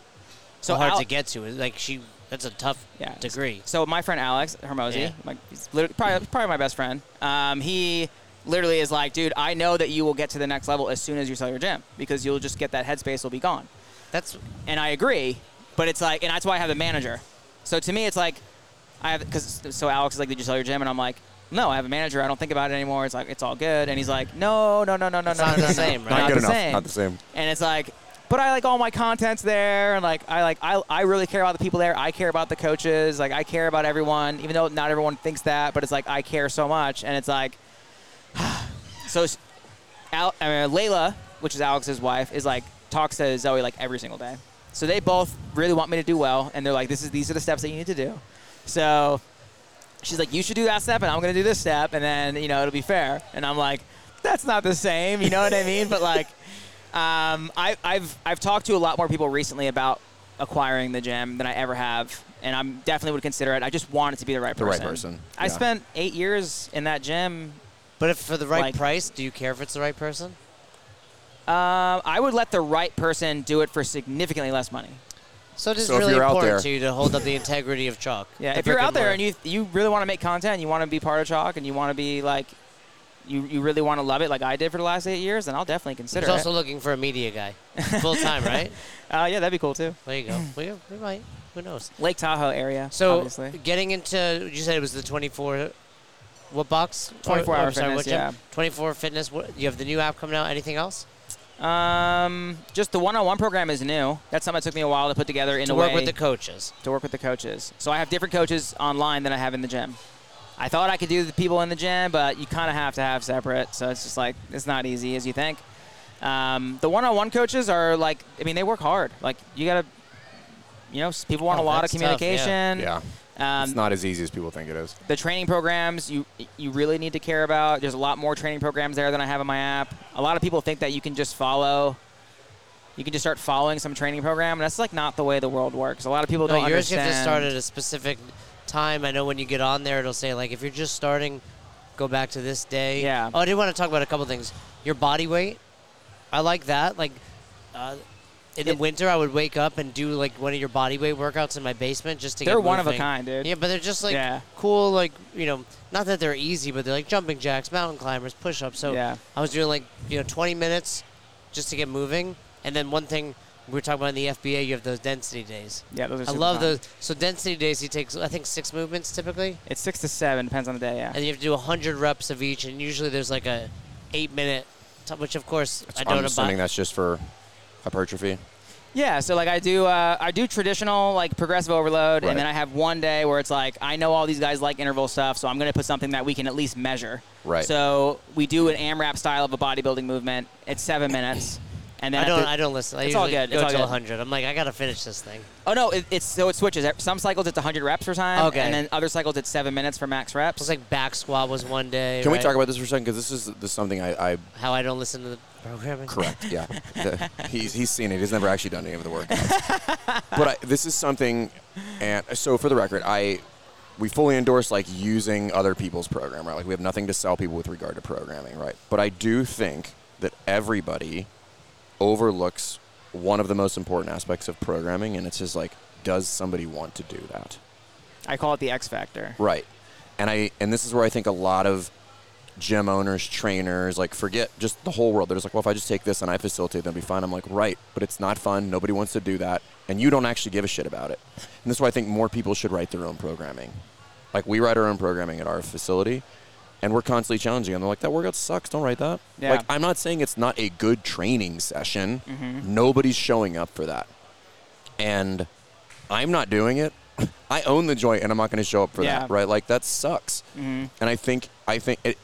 [SPEAKER 1] So
[SPEAKER 2] so hard
[SPEAKER 1] Al-
[SPEAKER 2] to get to. It's Like she, that's a tough
[SPEAKER 1] Yeah.
[SPEAKER 2] degree.
[SPEAKER 1] So my friend Alex Hermosi,
[SPEAKER 2] Yeah.
[SPEAKER 1] like he's literally, probably probably my best friend. Um, he literally is like, dude, I know that you will get to the next level as soon as you sell your gym because you'll just get that headspace will be gone.
[SPEAKER 2] That's
[SPEAKER 1] And I agree, but it's like, and that's why I have a manager. So to me, it's like, I have because so Alex is like, did you sell your gym? And I'm like. No, I have a manager. I don't think about it anymore. It's like it's all good, and he's like, no, no, no, no, no, no,
[SPEAKER 2] not
[SPEAKER 1] no,
[SPEAKER 2] the
[SPEAKER 1] no.
[SPEAKER 2] same, right?
[SPEAKER 3] Not
[SPEAKER 1] Not
[SPEAKER 3] good
[SPEAKER 1] the
[SPEAKER 3] enough.
[SPEAKER 1] same
[SPEAKER 3] Not the same.
[SPEAKER 1] and it's like but i like all my content's there and like i like I, I really care about the people there i care about the coaches like i care about everyone even though not everyone thinks that but it's like i care so much and it's like so s- Al, I mean, layla which is alex's wife is like talks to zoe like every single day so they both really want me to do well and they're like this is these are the steps that you need to do so she's like, you should do that step, and I'm gonna do this step, and then you know it'll be fair. And I'm like, that's not the same, you know what I mean? But like, um, I, I've I've talked to a lot more people recently about acquiring the gym than I ever have, and I'm definitely would consider it. I just want it to be the right
[SPEAKER 3] The right
[SPEAKER 1] person.
[SPEAKER 3] person,
[SPEAKER 1] I
[SPEAKER 3] yeah.
[SPEAKER 1] spent eight years in that gym.
[SPEAKER 2] But if for the right
[SPEAKER 1] Like-
[SPEAKER 2] price, do you care if it's the right person?
[SPEAKER 1] Um, I would let the right person do it for significantly less money.
[SPEAKER 2] So it is
[SPEAKER 3] So if
[SPEAKER 2] really
[SPEAKER 3] you're out
[SPEAKER 2] important
[SPEAKER 3] there-
[SPEAKER 2] to you to hold up the integrity of chalk.
[SPEAKER 1] Yeah,
[SPEAKER 2] the
[SPEAKER 1] if you're
[SPEAKER 2] brick
[SPEAKER 1] out there
[SPEAKER 2] mortar.
[SPEAKER 1] and you you really want to make content, you want to be part of Chalk, and you want to be like, you, you really want to love it like I did for the last eight years, then I'll definitely consider
[SPEAKER 2] He's also
[SPEAKER 1] it.
[SPEAKER 2] looking for a media guy, full time, right?
[SPEAKER 1] Uh, yeah, that'd be cool too.
[SPEAKER 2] There you go. We, we might. Who knows?
[SPEAKER 1] Lake Tahoe area.
[SPEAKER 2] So
[SPEAKER 1] obviously.
[SPEAKER 2] getting into, you said it was the 24. What box?
[SPEAKER 1] 24
[SPEAKER 2] Or- or
[SPEAKER 1] hour
[SPEAKER 2] sorry,
[SPEAKER 1] fitness,
[SPEAKER 2] what gym?
[SPEAKER 1] yeah.
[SPEAKER 2] 24 fitness. What, you have the new app coming out. Anything else
[SPEAKER 1] Um, just the one-on-one program is new. That's something that took me a while to put together in
[SPEAKER 2] to
[SPEAKER 1] a
[SPEAKER 2] work
[SPEAKER 1] way
[SPEAKER 2] with the coaches?
[SPEAKER 1] to work with the coaches. So I have different coaches online than I have in the gym. I thought I could do the people in the gym, but you kind of have to have separate. So it's just like it's not easy as you think. Um, the one-on-one coaches are like, I mean, they work hard. Like you gotta, you know, s- people want
[SPEAKER 2] Oh,
[SPEAKER 1] a lot of
[SPEAKER 2] that's tough, yeah.
[SPEAKER 1] communication. Um,
[SPEAKER 3] Yeah, it's not as easy as people think it is.
[SPEAKER 1] the training programs you you really need to care about. There's a lot more training programs there than I have in my app. A lot of people think that you can just follow, you can just start following some training program, and that's like not the way the world works. A lot of people
[SPEAKER 2] No,
[SPEAKER 1] don't
[SPEAKER 2] yours you
[SPEAKER 1] understand.
[SPEAKER 2] have to start at a specific time. I know when you get on there, it'll say like if you're just starting, go back to this day.
[SPEAKER 1] Yeah.
[SPEAKER 2] Oh, I did want to talk about a couple things. Your body weight, I like that. Like, uh, in
[SPEAKER 1] It-
[SPEAKER 2] the winter, I would wake up and do like one of your body weight workouts in my basement just to.
[SPEAKER 1] They're
[SPEAKER 2] get
[SPEAKER 1] one of a
[SPEAKER 2] moving.
[SPEAKER 1] kind, dude.
[SPEAKER 2] Yeah, but they're just like
[SPEAKER 1] Yeah.
[SPEAKER 2] cool. Like you know, not that they're easy, but they're like jumping jacks, mountain climbers, push ups. So
[SPEAKER 1] Yeah.
[SPEAKER 2] I was doing like you know 20 minutes just to get moving, and then one thing. We were talking about in the FBA, you have those density days.
[SPEAKER 1] yeah, those are
[SPEAKER 2] I
[SPEAKER 1] super
[SPEAKER 2] love
[SPEAKER 1] fun.
[SPEAKER 2] those. So density days, he takes I think six movements typically,
[SPEAKER 1] It's six to seven, depends on the day. Yeah,
[SPEAKER 2] and you have to do hundred reps of each, and usually there's like a eight minute, t- which of course I
[SPEAKER 3] I'm
[SPEAKER 2] don't
[SPEAKER 3] assuming
[SPEAKER 2] abide.
[SPEAKER 3] that's just for hypertrophy.
[SPEAKER 1] yeah. So like I do, uh, I do traditional like progressive overload,
[SPEAKER 3] Right.
[SPEAKER 1] and then I have one day where it's like I know all these guys like interval stuff, so I'm gonna put something that we can at least measure.
[SPEAKER 3] Right.
[SPEAKER 1] So we do an AMRAP style of a bodybuilding movement. It's seven minutes, and then
[SPEAKER 2] I
[SPEAKER 1] at
[SPEAKER 2] don't.
[SPEAKER 1] the-
[SPEAKER 2] I don't listen. I
[SPEAKER 1] It's all
[SPEAKER 2] usually
[SPEAKER 1] good,
[SPEAKER 2] Go
[SPEAKER 1] it's all
[SPEAKER 2] till
[SPEAKER 1] good.
[SPEAKER 2] hundred. I'm like, I gotta finish this thing.
[SPEAKER 1] Oh no, it, it's so it switches. Some cycles it's 100 reps per time,
[SPEAKER 2] Okay.
[SPEAKER 1] and then other cycles it's seven minutes for max
[SPEAKER 2] It was
[SPEAKER 1] reps.
[SPEAKER 2] like back squat was one day.
[SPEAKER 3] Can we
[SPEAKER 2] right?
[SPEAKER 3] talk about this for a second? Because this is this is something I, I
[SPEAKER 2] how I don't listen to the programming?
[SPEAKER 3] Correct. Yeah, The- he's he's seen it. He's never actually done any of the workouts. but I, this is something, and so for the record, I we fully endorse like using other people's program, right? Like we have nothing to sell people with regard to programming, right? But I do think that everybody overlooks one of the most important aspects of programming, and it's just like does somebody want to do that?
[SPEAKER 1] I call it the X factor.
[SPEAKER 3] Right. And I and this is where I think a lot of gym owners, trainers, like forget just the whole world. They're just like, well, if I just take this and I facilitate, that'll be fine. I'm like, right, but it's not fun. Nobody wants to do that, and you don't actually give a shit about it. And this is why I think more people should write their own programming. Like we write our own programming at our facility, and we're constantly challenging them. They're like, that workout sucks. Don't write that.
[SPEAKER 1] Yeah.
[SPEAKER 3] Like I'm not saying it's not a good training session. Nobody's showing up for that, and I'm not doing it. I own the joint, and I'm not going to show up for
[SPEAKER 1] Yeah. Mm-hmm.
[SPEAKER 3] that. Right right? Like that sucks. And I think I think it,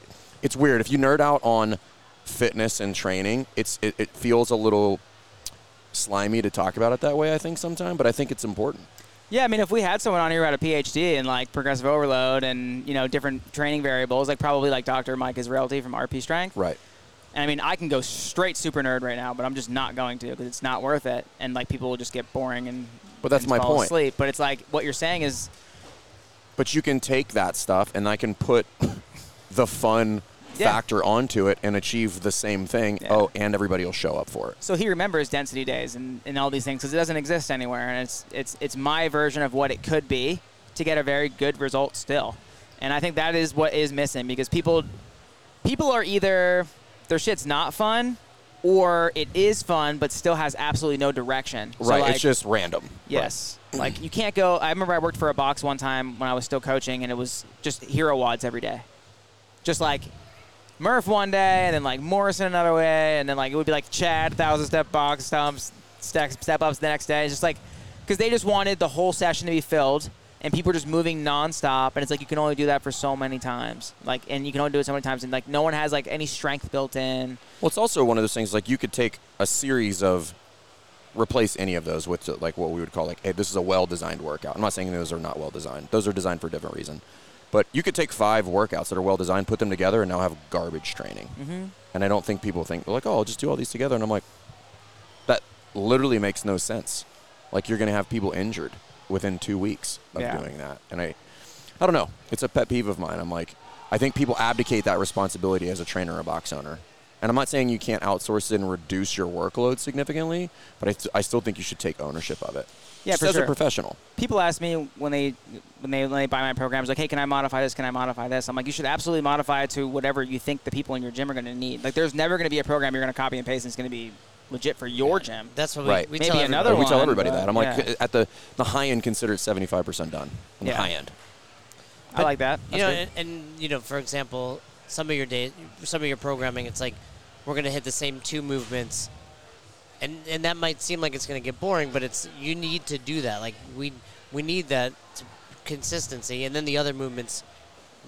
[SPEAKER 3] it's weird if you nerd out on fitness and training. It's it, it feels a little slimy to talk about it that way. I think sometimes, but I think it's important.
[SPEAKER 1] Yeah, I mean, if we had someone on here who had a PhD in like progressive overload and you know different training variables, like probably like Dr. Mike Israelty from RP Strength.
[SPEAKER 3] Right.
[SPEAKER 1] And I mean, I can go straight super nerd right now, but I'm just not going to because it's not worth it, and like people will just get boring and.
[SPEAKER 3] But that's
[SPEAKER 1] and
[SPEAKER 3] my
[SPEAKER 1] fall
[SPEAKER 3] point.
[SPEAKER 1] Asleep. But it's like what you're saying is
[SPEAKER 3] But you can take that stuff, and I can put the fun
[SPEAKER 1] Yeah.
[SPEAKER 3] factor onto it and achieve the same thing. Oh, and everybody will show up for it.
[SPEAKER 1] so he remembers density days and, and all these things because it doesn't exist anywhere and it's it's it's my version of what it could be to get a very good result still and i think that is what is missing because people people are either their shit's not fun or it is fun but still has absolutely no direction So,
[SPEAKER 3] right.
[SPEAKER 1] like,
[SPEAKER 3] it's just random.
[SPEAKER 1] Yes. Like you can't go. I remember I worked for a box one time when I was still coaching, and it was just hero wads every day. Just like Murph one day, and then like Morrison another way, and then like it would be like Chad thousand step box stumps, step step ups the next day. It's just like because they just wanted the whole session to be filled, and people were just moving nonstop, and it's like you can only do that for so many times. Like, and you can only do it so many times, and like no one has like any strength built in.
[SPEAKER 3] Well, it's also one of those things like you could take a series of replace any of those with like what we would call like hey, this is a well-designed workout. I'm not saying those are not well-designed. Those are designed for a different reason. But you could take five workouts that are well-designed, put them together, and now have garbage training. Mm-hmm. And I don't think people think like, oh, I'll just do all these together. And I'm like, that literally makes no sense. Like you're going to have people injured within two weeks of
[SPEAKER 1] Yeah.
[SPEAKER 3] doing that. And I, I don't know. It's a pet peeve of mine. I'm like, I think people abdicate that responsibility as a trainer or box owner. And I'm not saying you can't outsource it and reduce your workload significantly, but I, I still think you should take ownership of it.
[SPEAKER 1] Yeah,
[SPEAKER 3] Just
[SPEAKER 1] for
[SPEAKER 3] as
[SPEAKER 1] sure.
[SPEAKER 3] a professional.
[SPEAKER 1] people ask me when they when they when they buy my programs like hey can i modify this can i modify this i'm like you should absolutely modify it to whatever you think the people in your gym are going to need like there's never going to be a program you're going to copy and paste and it's going to be legit for your gym
[SPEAKER 2] That's what
[SPEAKER 3] Right.
[SPEAKER 2] we, we
[SPEAKER 1] Maybe
[SPEAKER 2] tell
[SPEAKER 1] another
[SPEAKER 2] everybody.
[SPEAKER 3] we tell
[SPEAKER 1] one,
[SPEAKER 3] everybody that. I'm like,
[SPEAKER 1] yeah.
[SPEAKER 3] at the, the high end, consider it 75% done. On
[SPEAKER 1] Yeah.
[SPEAKER 3] the high end.
[SPEAKER 1] i like that
[SPEAKER 2] you
[SPEAKER 1] That's
[SPEAKER 2] know,
[SPEAKER 1] good.
[SPEAKER 2] and, and you know, for example, some of your days, some of your programming, it's like we're gonna hit the same two movements, and and that might seem like it's gonna get boring, but it's you need to do that. Like we we need that to- consistency, and then the other movements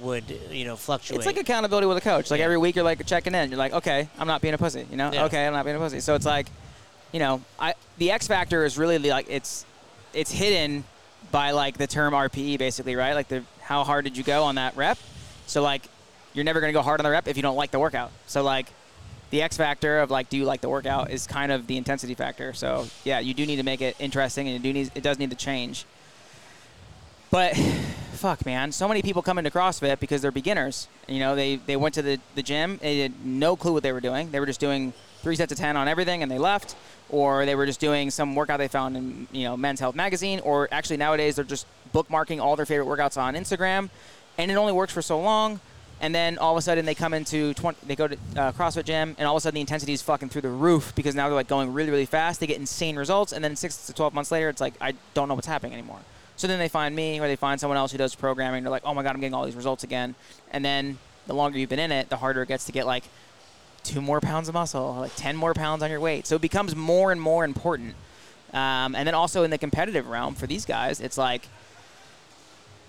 [SPEAKER 2] would you know fluctuate.
[SPEAKER 1] it's like accountability with a coach like
[SPEAKER 2] Yeah.
[SPEAKER 1] every week you're like checking in you're like okay i'm not being a pussy you know
[SPEAKER 2] Yeah.
[SPEAKER 1] okay i'm not being a pussy so it's like you know i the x factor is really like it's it's hidden by like the term rpe basically right like the how hard did you go on that rep so like you're never going to go hard on the rep if you don't like the workout so like the X factor of like, do you like the workout is kind of the intensity factor. So yeah, you do need to make it interesting, and you do need it does need to change. But fuck, man, so many people come into CrossFit because they're beginners. You know, they they went to the the gym, they had no clue what they were doing. They were just doing three sets of ten on everything, and they left, or they were just doing some workout they found in you know Men's Health magazine, or actually nowadays they're just bookmarking all their favorite workouts on Instagram, and it only works for so long and then all of a sudden they come into 20, they go to uh, CrossFit gym, and all of a sudden the intensity is fucking through the roof because now they're like going really really fast. They get insane results, and then six to twelve months later, it's like I don't know what's happening anymore. So then they find me, or they find someone else who does programming. They're like, oh my god, I'm getting all these results again. And then the longer you've been in it, the harder it gets to get like two more pounds of muscle, or, like ten more pounds on your weight. So it becomes more and more important. Um, and then also in the competitive realm for these guys, it's like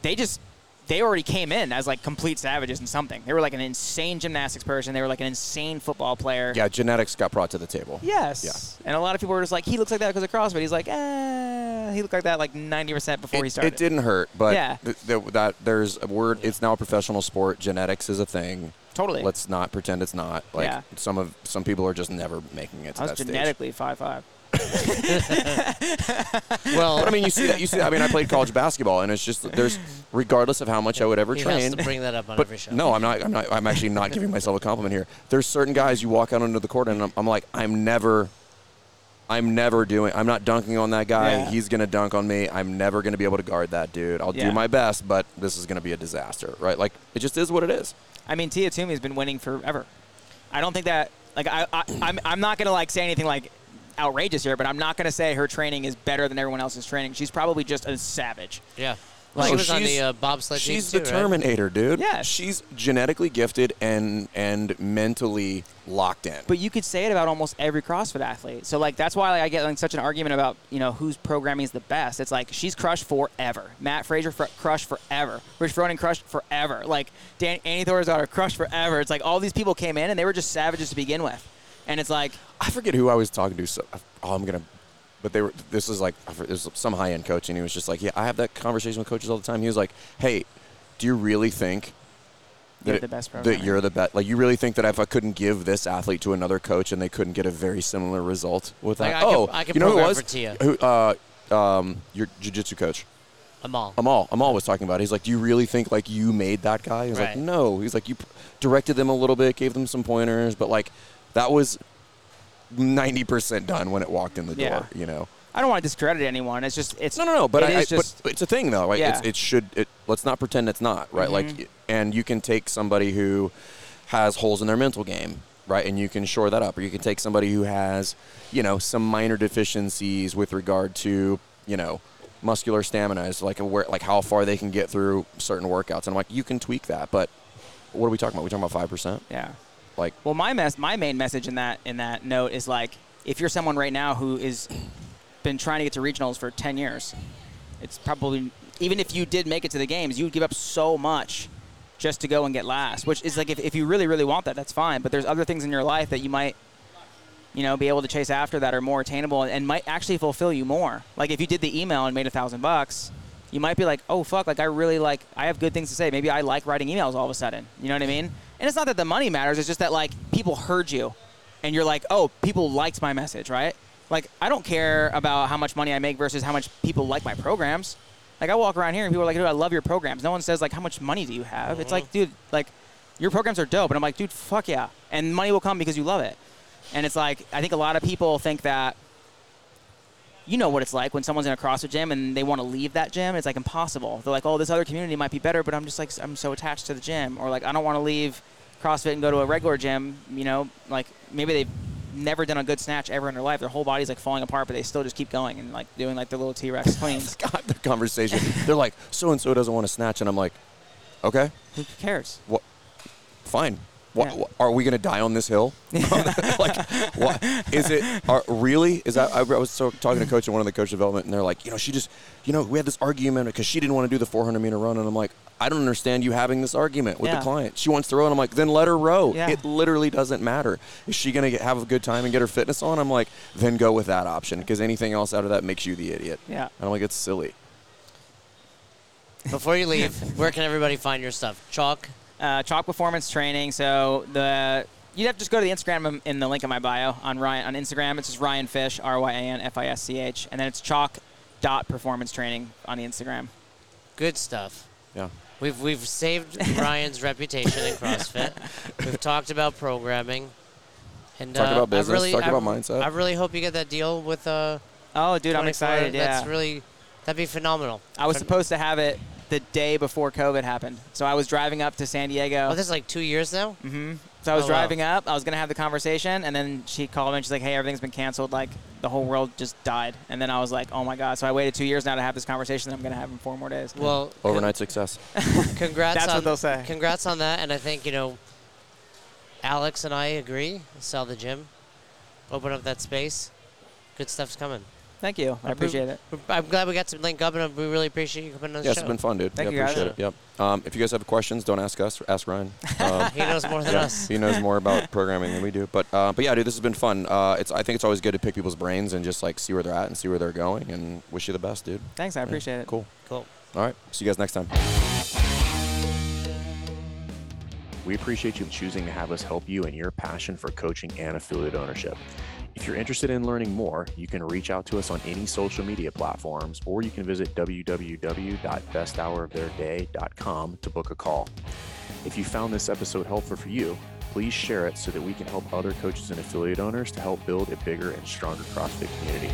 [SPEAKER 1] they just they already came in as like complete savages in something. They were like an insane gymnastics person. They were like an insane football player.
[SPEAKER 3] Yeah, genetics got brought to the table.
[SPEAKER 1] Yes. And a lot of people were just like, he looks like that because of CrossFit. He's like, eh, he looked like that like 90% before he
[SPEAKER 3] It,
[SPEAKER 1] started.
[SPEAKER 3] it didn't hurt, but
[SPEAKER 1] Yeah.
[SPEAKER 3] th- th- that there's a word. It's now a professional sport. Genetics is a thing.
[SPEAKER 1] Totally.
[SPEAKER 3] Let's not pretend it's not. Like
[SPEAKER 1] Yeah.
[SPEAKER 3] some of some people are just never making it to
[SPEAKER 1] I was
[SPEAKER 3] that stage.
[SPEAKER 1] genetically Five, five.
[SPEAKER 2] well,
[SPEAKER 3] But I mean, you see that. You see. That. I mean, I played college basketball, and it's just there's regardless of how much I would ever
[SPEAKER 2] he
[SPEAKER 3] train.
[SPEAKER 2] has to bring that up on
[SPEAKER 3] but
[SPEAKER 2] every show.
[SPEAKER 3] no, I'm not. I'm not. I'm actually not giving myself a compliment here. There's certain guys you walk out onto the court, and I'm, I'm like, I'm never I'm never doing. I'm not dunking on that guy.
[SPEAKER 1] Yeah.
[SPEAKER 3] He's gonna dunk on me. I'm never gonna be able to guard that dude. I'll
[SPEAKER 1] Yeah.
[SPEAKER 3] do my best, but this is gonna be a disaster, right? Like it just is what it is.
[SPEAKER 1] I mean, Tia Toomey's been winning forever. I don't think that like I, I I'm I'm not gonna like say anything like outrageous here, but I'm not gonna say her training is better than everyone else's training. She's probably just a savage.
[SPEAKER 2] Yeah. Well, she
[SPEAKER 3] No,
[SPEAKER 2] was on
[SPEAKER 3] she's-
[SPEAKER 2] the uh, bobsled team
[SPEAKER 3] She's
[SPEAKER 2] too,
[SPEAKER 3] the
[SPEAKER 2] right?
[SPEAKER 3] Terminator, dude.
[SPEAKER 1] Yeah.
[SPEAKER 3] she's genetically gifted and and mentally locked in.
[SPEAKER 1] But you could say it about almost every CrossFit athlete. So like that's why like, I get like such an argument about you know whose programming is the best. It's like she's crushed forever. Matt Frazier fr- crushed forever. Rich Froning crushed forever. Like Dan Annie Thor's daughter crushed forever. It's like all these people came in and they were just savages to begin with, and it's like
[SPEAKER 3] I forget who I was talking to. So oh, I'm gonna, but they were. This is like I for- this was some high end coach, and he was just like, "Yeah, I have that conversation with coaches all the time." He was like, "Hey, do you really think
[SPEAKER 1] You're
[SPEAKER 3] that,
[SPEAKER 1] the best
[SPEAKER 3] that
[SPEAKER 1] programmer."
[SPEAKER 3] you're the best? Like, you really think that if I couldn't give this athlete to another coach and they couldn't get a very similar result with that?
[SPEAKER 2] Like, I could-
[SPEAKER 3] oh,
[SPEAKER 2] I could
[SPEAKER 3] you know who it
[SPEAKER 2] program
[SPEAKER 3] was?
[SPEAKER 2] for Tia.
[SPEAKER 3] Who? Uh, um, your jujitsu coach.
[SPEAKER 2] Amal.
[SPEAKER 3] Amal, Amal was talking about. it. He's like, "Do you really think like you made that guy?" He's
[SPEAKER 2] Right.
[SPEAKER 3] like, "No." He's like, "You p- directed them a little bit, gave them some pointers, but like that was ninety percent done when it walked in the
[SPEAKER 1] Yeah.
[SPEAKER 3] door." You know?
[SPEAKER 1] I don't want to discredit anyone. It's just it's
[SPEAKER 3] No, no, no. But
[SPEAKER 1] it
[SPEAKER 3] I, I-
[SPEAKER 1] is just
[SPEAKER 3] but it's a thing though. Right?
[SPEAKER 1] Yeah. Mm-hmm.
[SPEAKER 3] It's, it should. It, let's not pretend it's not right. Like, and you can take somebody who has holes in their mental game. Right, and you can shore that up, or you can take somebody who has, you know, some minor deficiencies with regard to, you know, muscular stamina is like where like how far they can get through certain workouts. And I'm like, you can tweak that, but what are we talking about? We talking about five percent?
[SPEAKER 1] yeah.
[SPEAKER 3] Like,
[SPEAKER 1] Well, my mess, my main message in that in that note is like, if you're someone right now who is been trying to get to regionals for ten years, it's probably even if you did make it to the games, you would give up so much just to go and get last. Which is like, if, if you really really want that, that's fine. But there's other things in your life that you might, you know, be able to chase after that are more attainable and, and might actually fulfill you more. Like if you did the email and made a thousand bucks. You might be like, oh fuck, like I really like, I have good things to say. Maybe I like writing emails all of a sudden. You know what I mean? And it's not that the money matters, it's just that like people heard you and you're like, oh, people liked my message, right? Like, I don't care about how much money I make versus how much people like my programs. Like, I walk around here and people are like, dude, I love your programs. No one says, like, how much money do you have? It's like, dude, like, your programs are dope. And I'm like, dude, fuck yeah. And money will come because you love it. And it's like, I think a lot of people think that you know what it's like when someone's in a CrossFit gym and they want to leave that gym. It's like impossible. They're like, oh, this other community might be better, but I'm just like, I'm so attached to the gym. Or like, I don't want to leave CrossFit and go to a regular gym. You know, like maybe they've never done a good snatch ever in their life. Their whole body's like falling apart, but they still just keep going and like doing like their little T Rex cleans.
[SPEAKER 3] God, the conversation. They're like, so and so doesn't want to snatch, and I'm like, okay,
[SPEAKER 1] Who cares?
[SPEAKER 3] fine. What,
[SPEAKER 1] Yeah.
[SPEAKER 3] are we going to die on this hill? like, what is it? Are, really? Is that? I, I was so, talking to coach and one of the coach development, and they're like, you know, she just, you know, we had this argument because she didn't want to do the 400 meter run, and I'm like, I don't understand you having this argument with
[SPEAKER 1] Yeah.
[SPEAKER 3] the client. She wants to row, and I'm like, then let her row.
[SPEAKER 1] Yeah.
[SPEAKER 3] It literally doesn't matter. Is she going to have a good time and get her fitness on? I'm like, then go with that option because anything else out of that makes you the idiot.
[SPEAKER 1] Yeah.
[SPEAKER 3] And I'm like, it's silly.
[SPEAKER 2] Before you leave, where can everybody find your stuff? Chalk.
[SPEAKER 1] uh, chalk performance training. So the you'd have to just go to the Instagram in- in the link in my bio on Ryan on Instagram. It's just Ryan Fish R Y A N F I S C H, and then it's chalk dot performance training on the Instagram.
[SPEAKER 2] Good stuff.
[SPEAKER 3] Yeah.
[SPEAKER 2] We've we've saved Ryan's reputation in CrossFit. We've talked about programming. And,
[SPEAKER 3] Talk
[SPEAKER 2] uh,
[SPEAKER 3] about business,
[SPEAKER 2] I really,
[SPEAKER 3] talk
[SPEAKER 2] I,
[SPEAKER 3] about mindset.
[SPEAKER 2] I really hope you get that deal with uh.
[SPEAKER 1] Oh, dude, I'm
[SPEAKER 2] 24.
[SPEAKER 1] excited. Yeah,
[SPEAKER 2] that's really that'd be phenomenal.
[SPEAKER 1] I was
[SPEAKER 2] Phen-
[SPEAKER 1] supposed to have it the day before COVID happened, so I was driving up to Mm-hmm. San Diego.
[SPEAKER 2] Oh, this is like two years now.
[SPEAKER 1] So I was
[SPEAKER 2] Oh, wow.
[SPEAKER 1] driving up. I was gonna have the conversation, and then she called me and she's like, "Hey, everything's been canceled. Like the whole world just died." And then I was like, "Oh my god!" So I waited two years now to have this conversation. That I'm gonna have in four more days.
[SPEAKER 2] Well, con-
[SPEAKER 3] Overnight success.
[SPEAKER 2] congrats.
[SPEAKER 1] That's
[SPEAKER 2] on,
[SPEAKER 1] what they'll say.
[SPEAKER 2] Congrats on that, and I think you know, Alex and I agree. Sell the gym, open up that space. Good stuff's coming.
[SPEAKER 1] thank you. I
[SPEAKER 2] We're-
[SPEAKER 1] appreciate it.
[SPEAKER 2] we're- I'm glad we got to link up, and we really appreciate you coming on the
[SPEAKER 3] Yeah,
[SPEAKER 2] show.
[SPEAKER 3] it's been fun, dude.
[SPEAKER 1] Thank
[SPEAKER 3] yeah,
[SPEAKER 1] you, guys.
[SPEAKER 3] appreciate it. Yep. Um, if you guys have questions, don't ask us. Ask Ryan. Um,
[SPEAKER 2] He knows more than
[SPEAKER 3] yeah,
[SPEAKER 2] us.
[SPEAKER 3] he knows more about programming than we do. But uh, but yeah, dude, this has been fun. Uh, it's I think it's always good to pick people's brains and just like see where they're at and see where they're going. And wish you the best, dude.
[SPEAKER 1] Thanks, I
[SPEAKER 3] Yeah,
[SPEAKER 1] appreciate it.
[SPEAKER 3] Cool.
[SPEAKER 2] Cool.
[SPEAKER 3] All right. See you guys next time.
[SPEAKER 9] We appreciate you choosing to have us help you in your passion for coaching and affiliate ownership. If you're interested in learning more, you can reach out to us on any social media platforms or you can visit www.besthouroftheirday.com to book a call. If you found this episode helpful for you, Please share it so that we can help other coaches and affiliate owners to help build a bigger and stronger CrossFit community.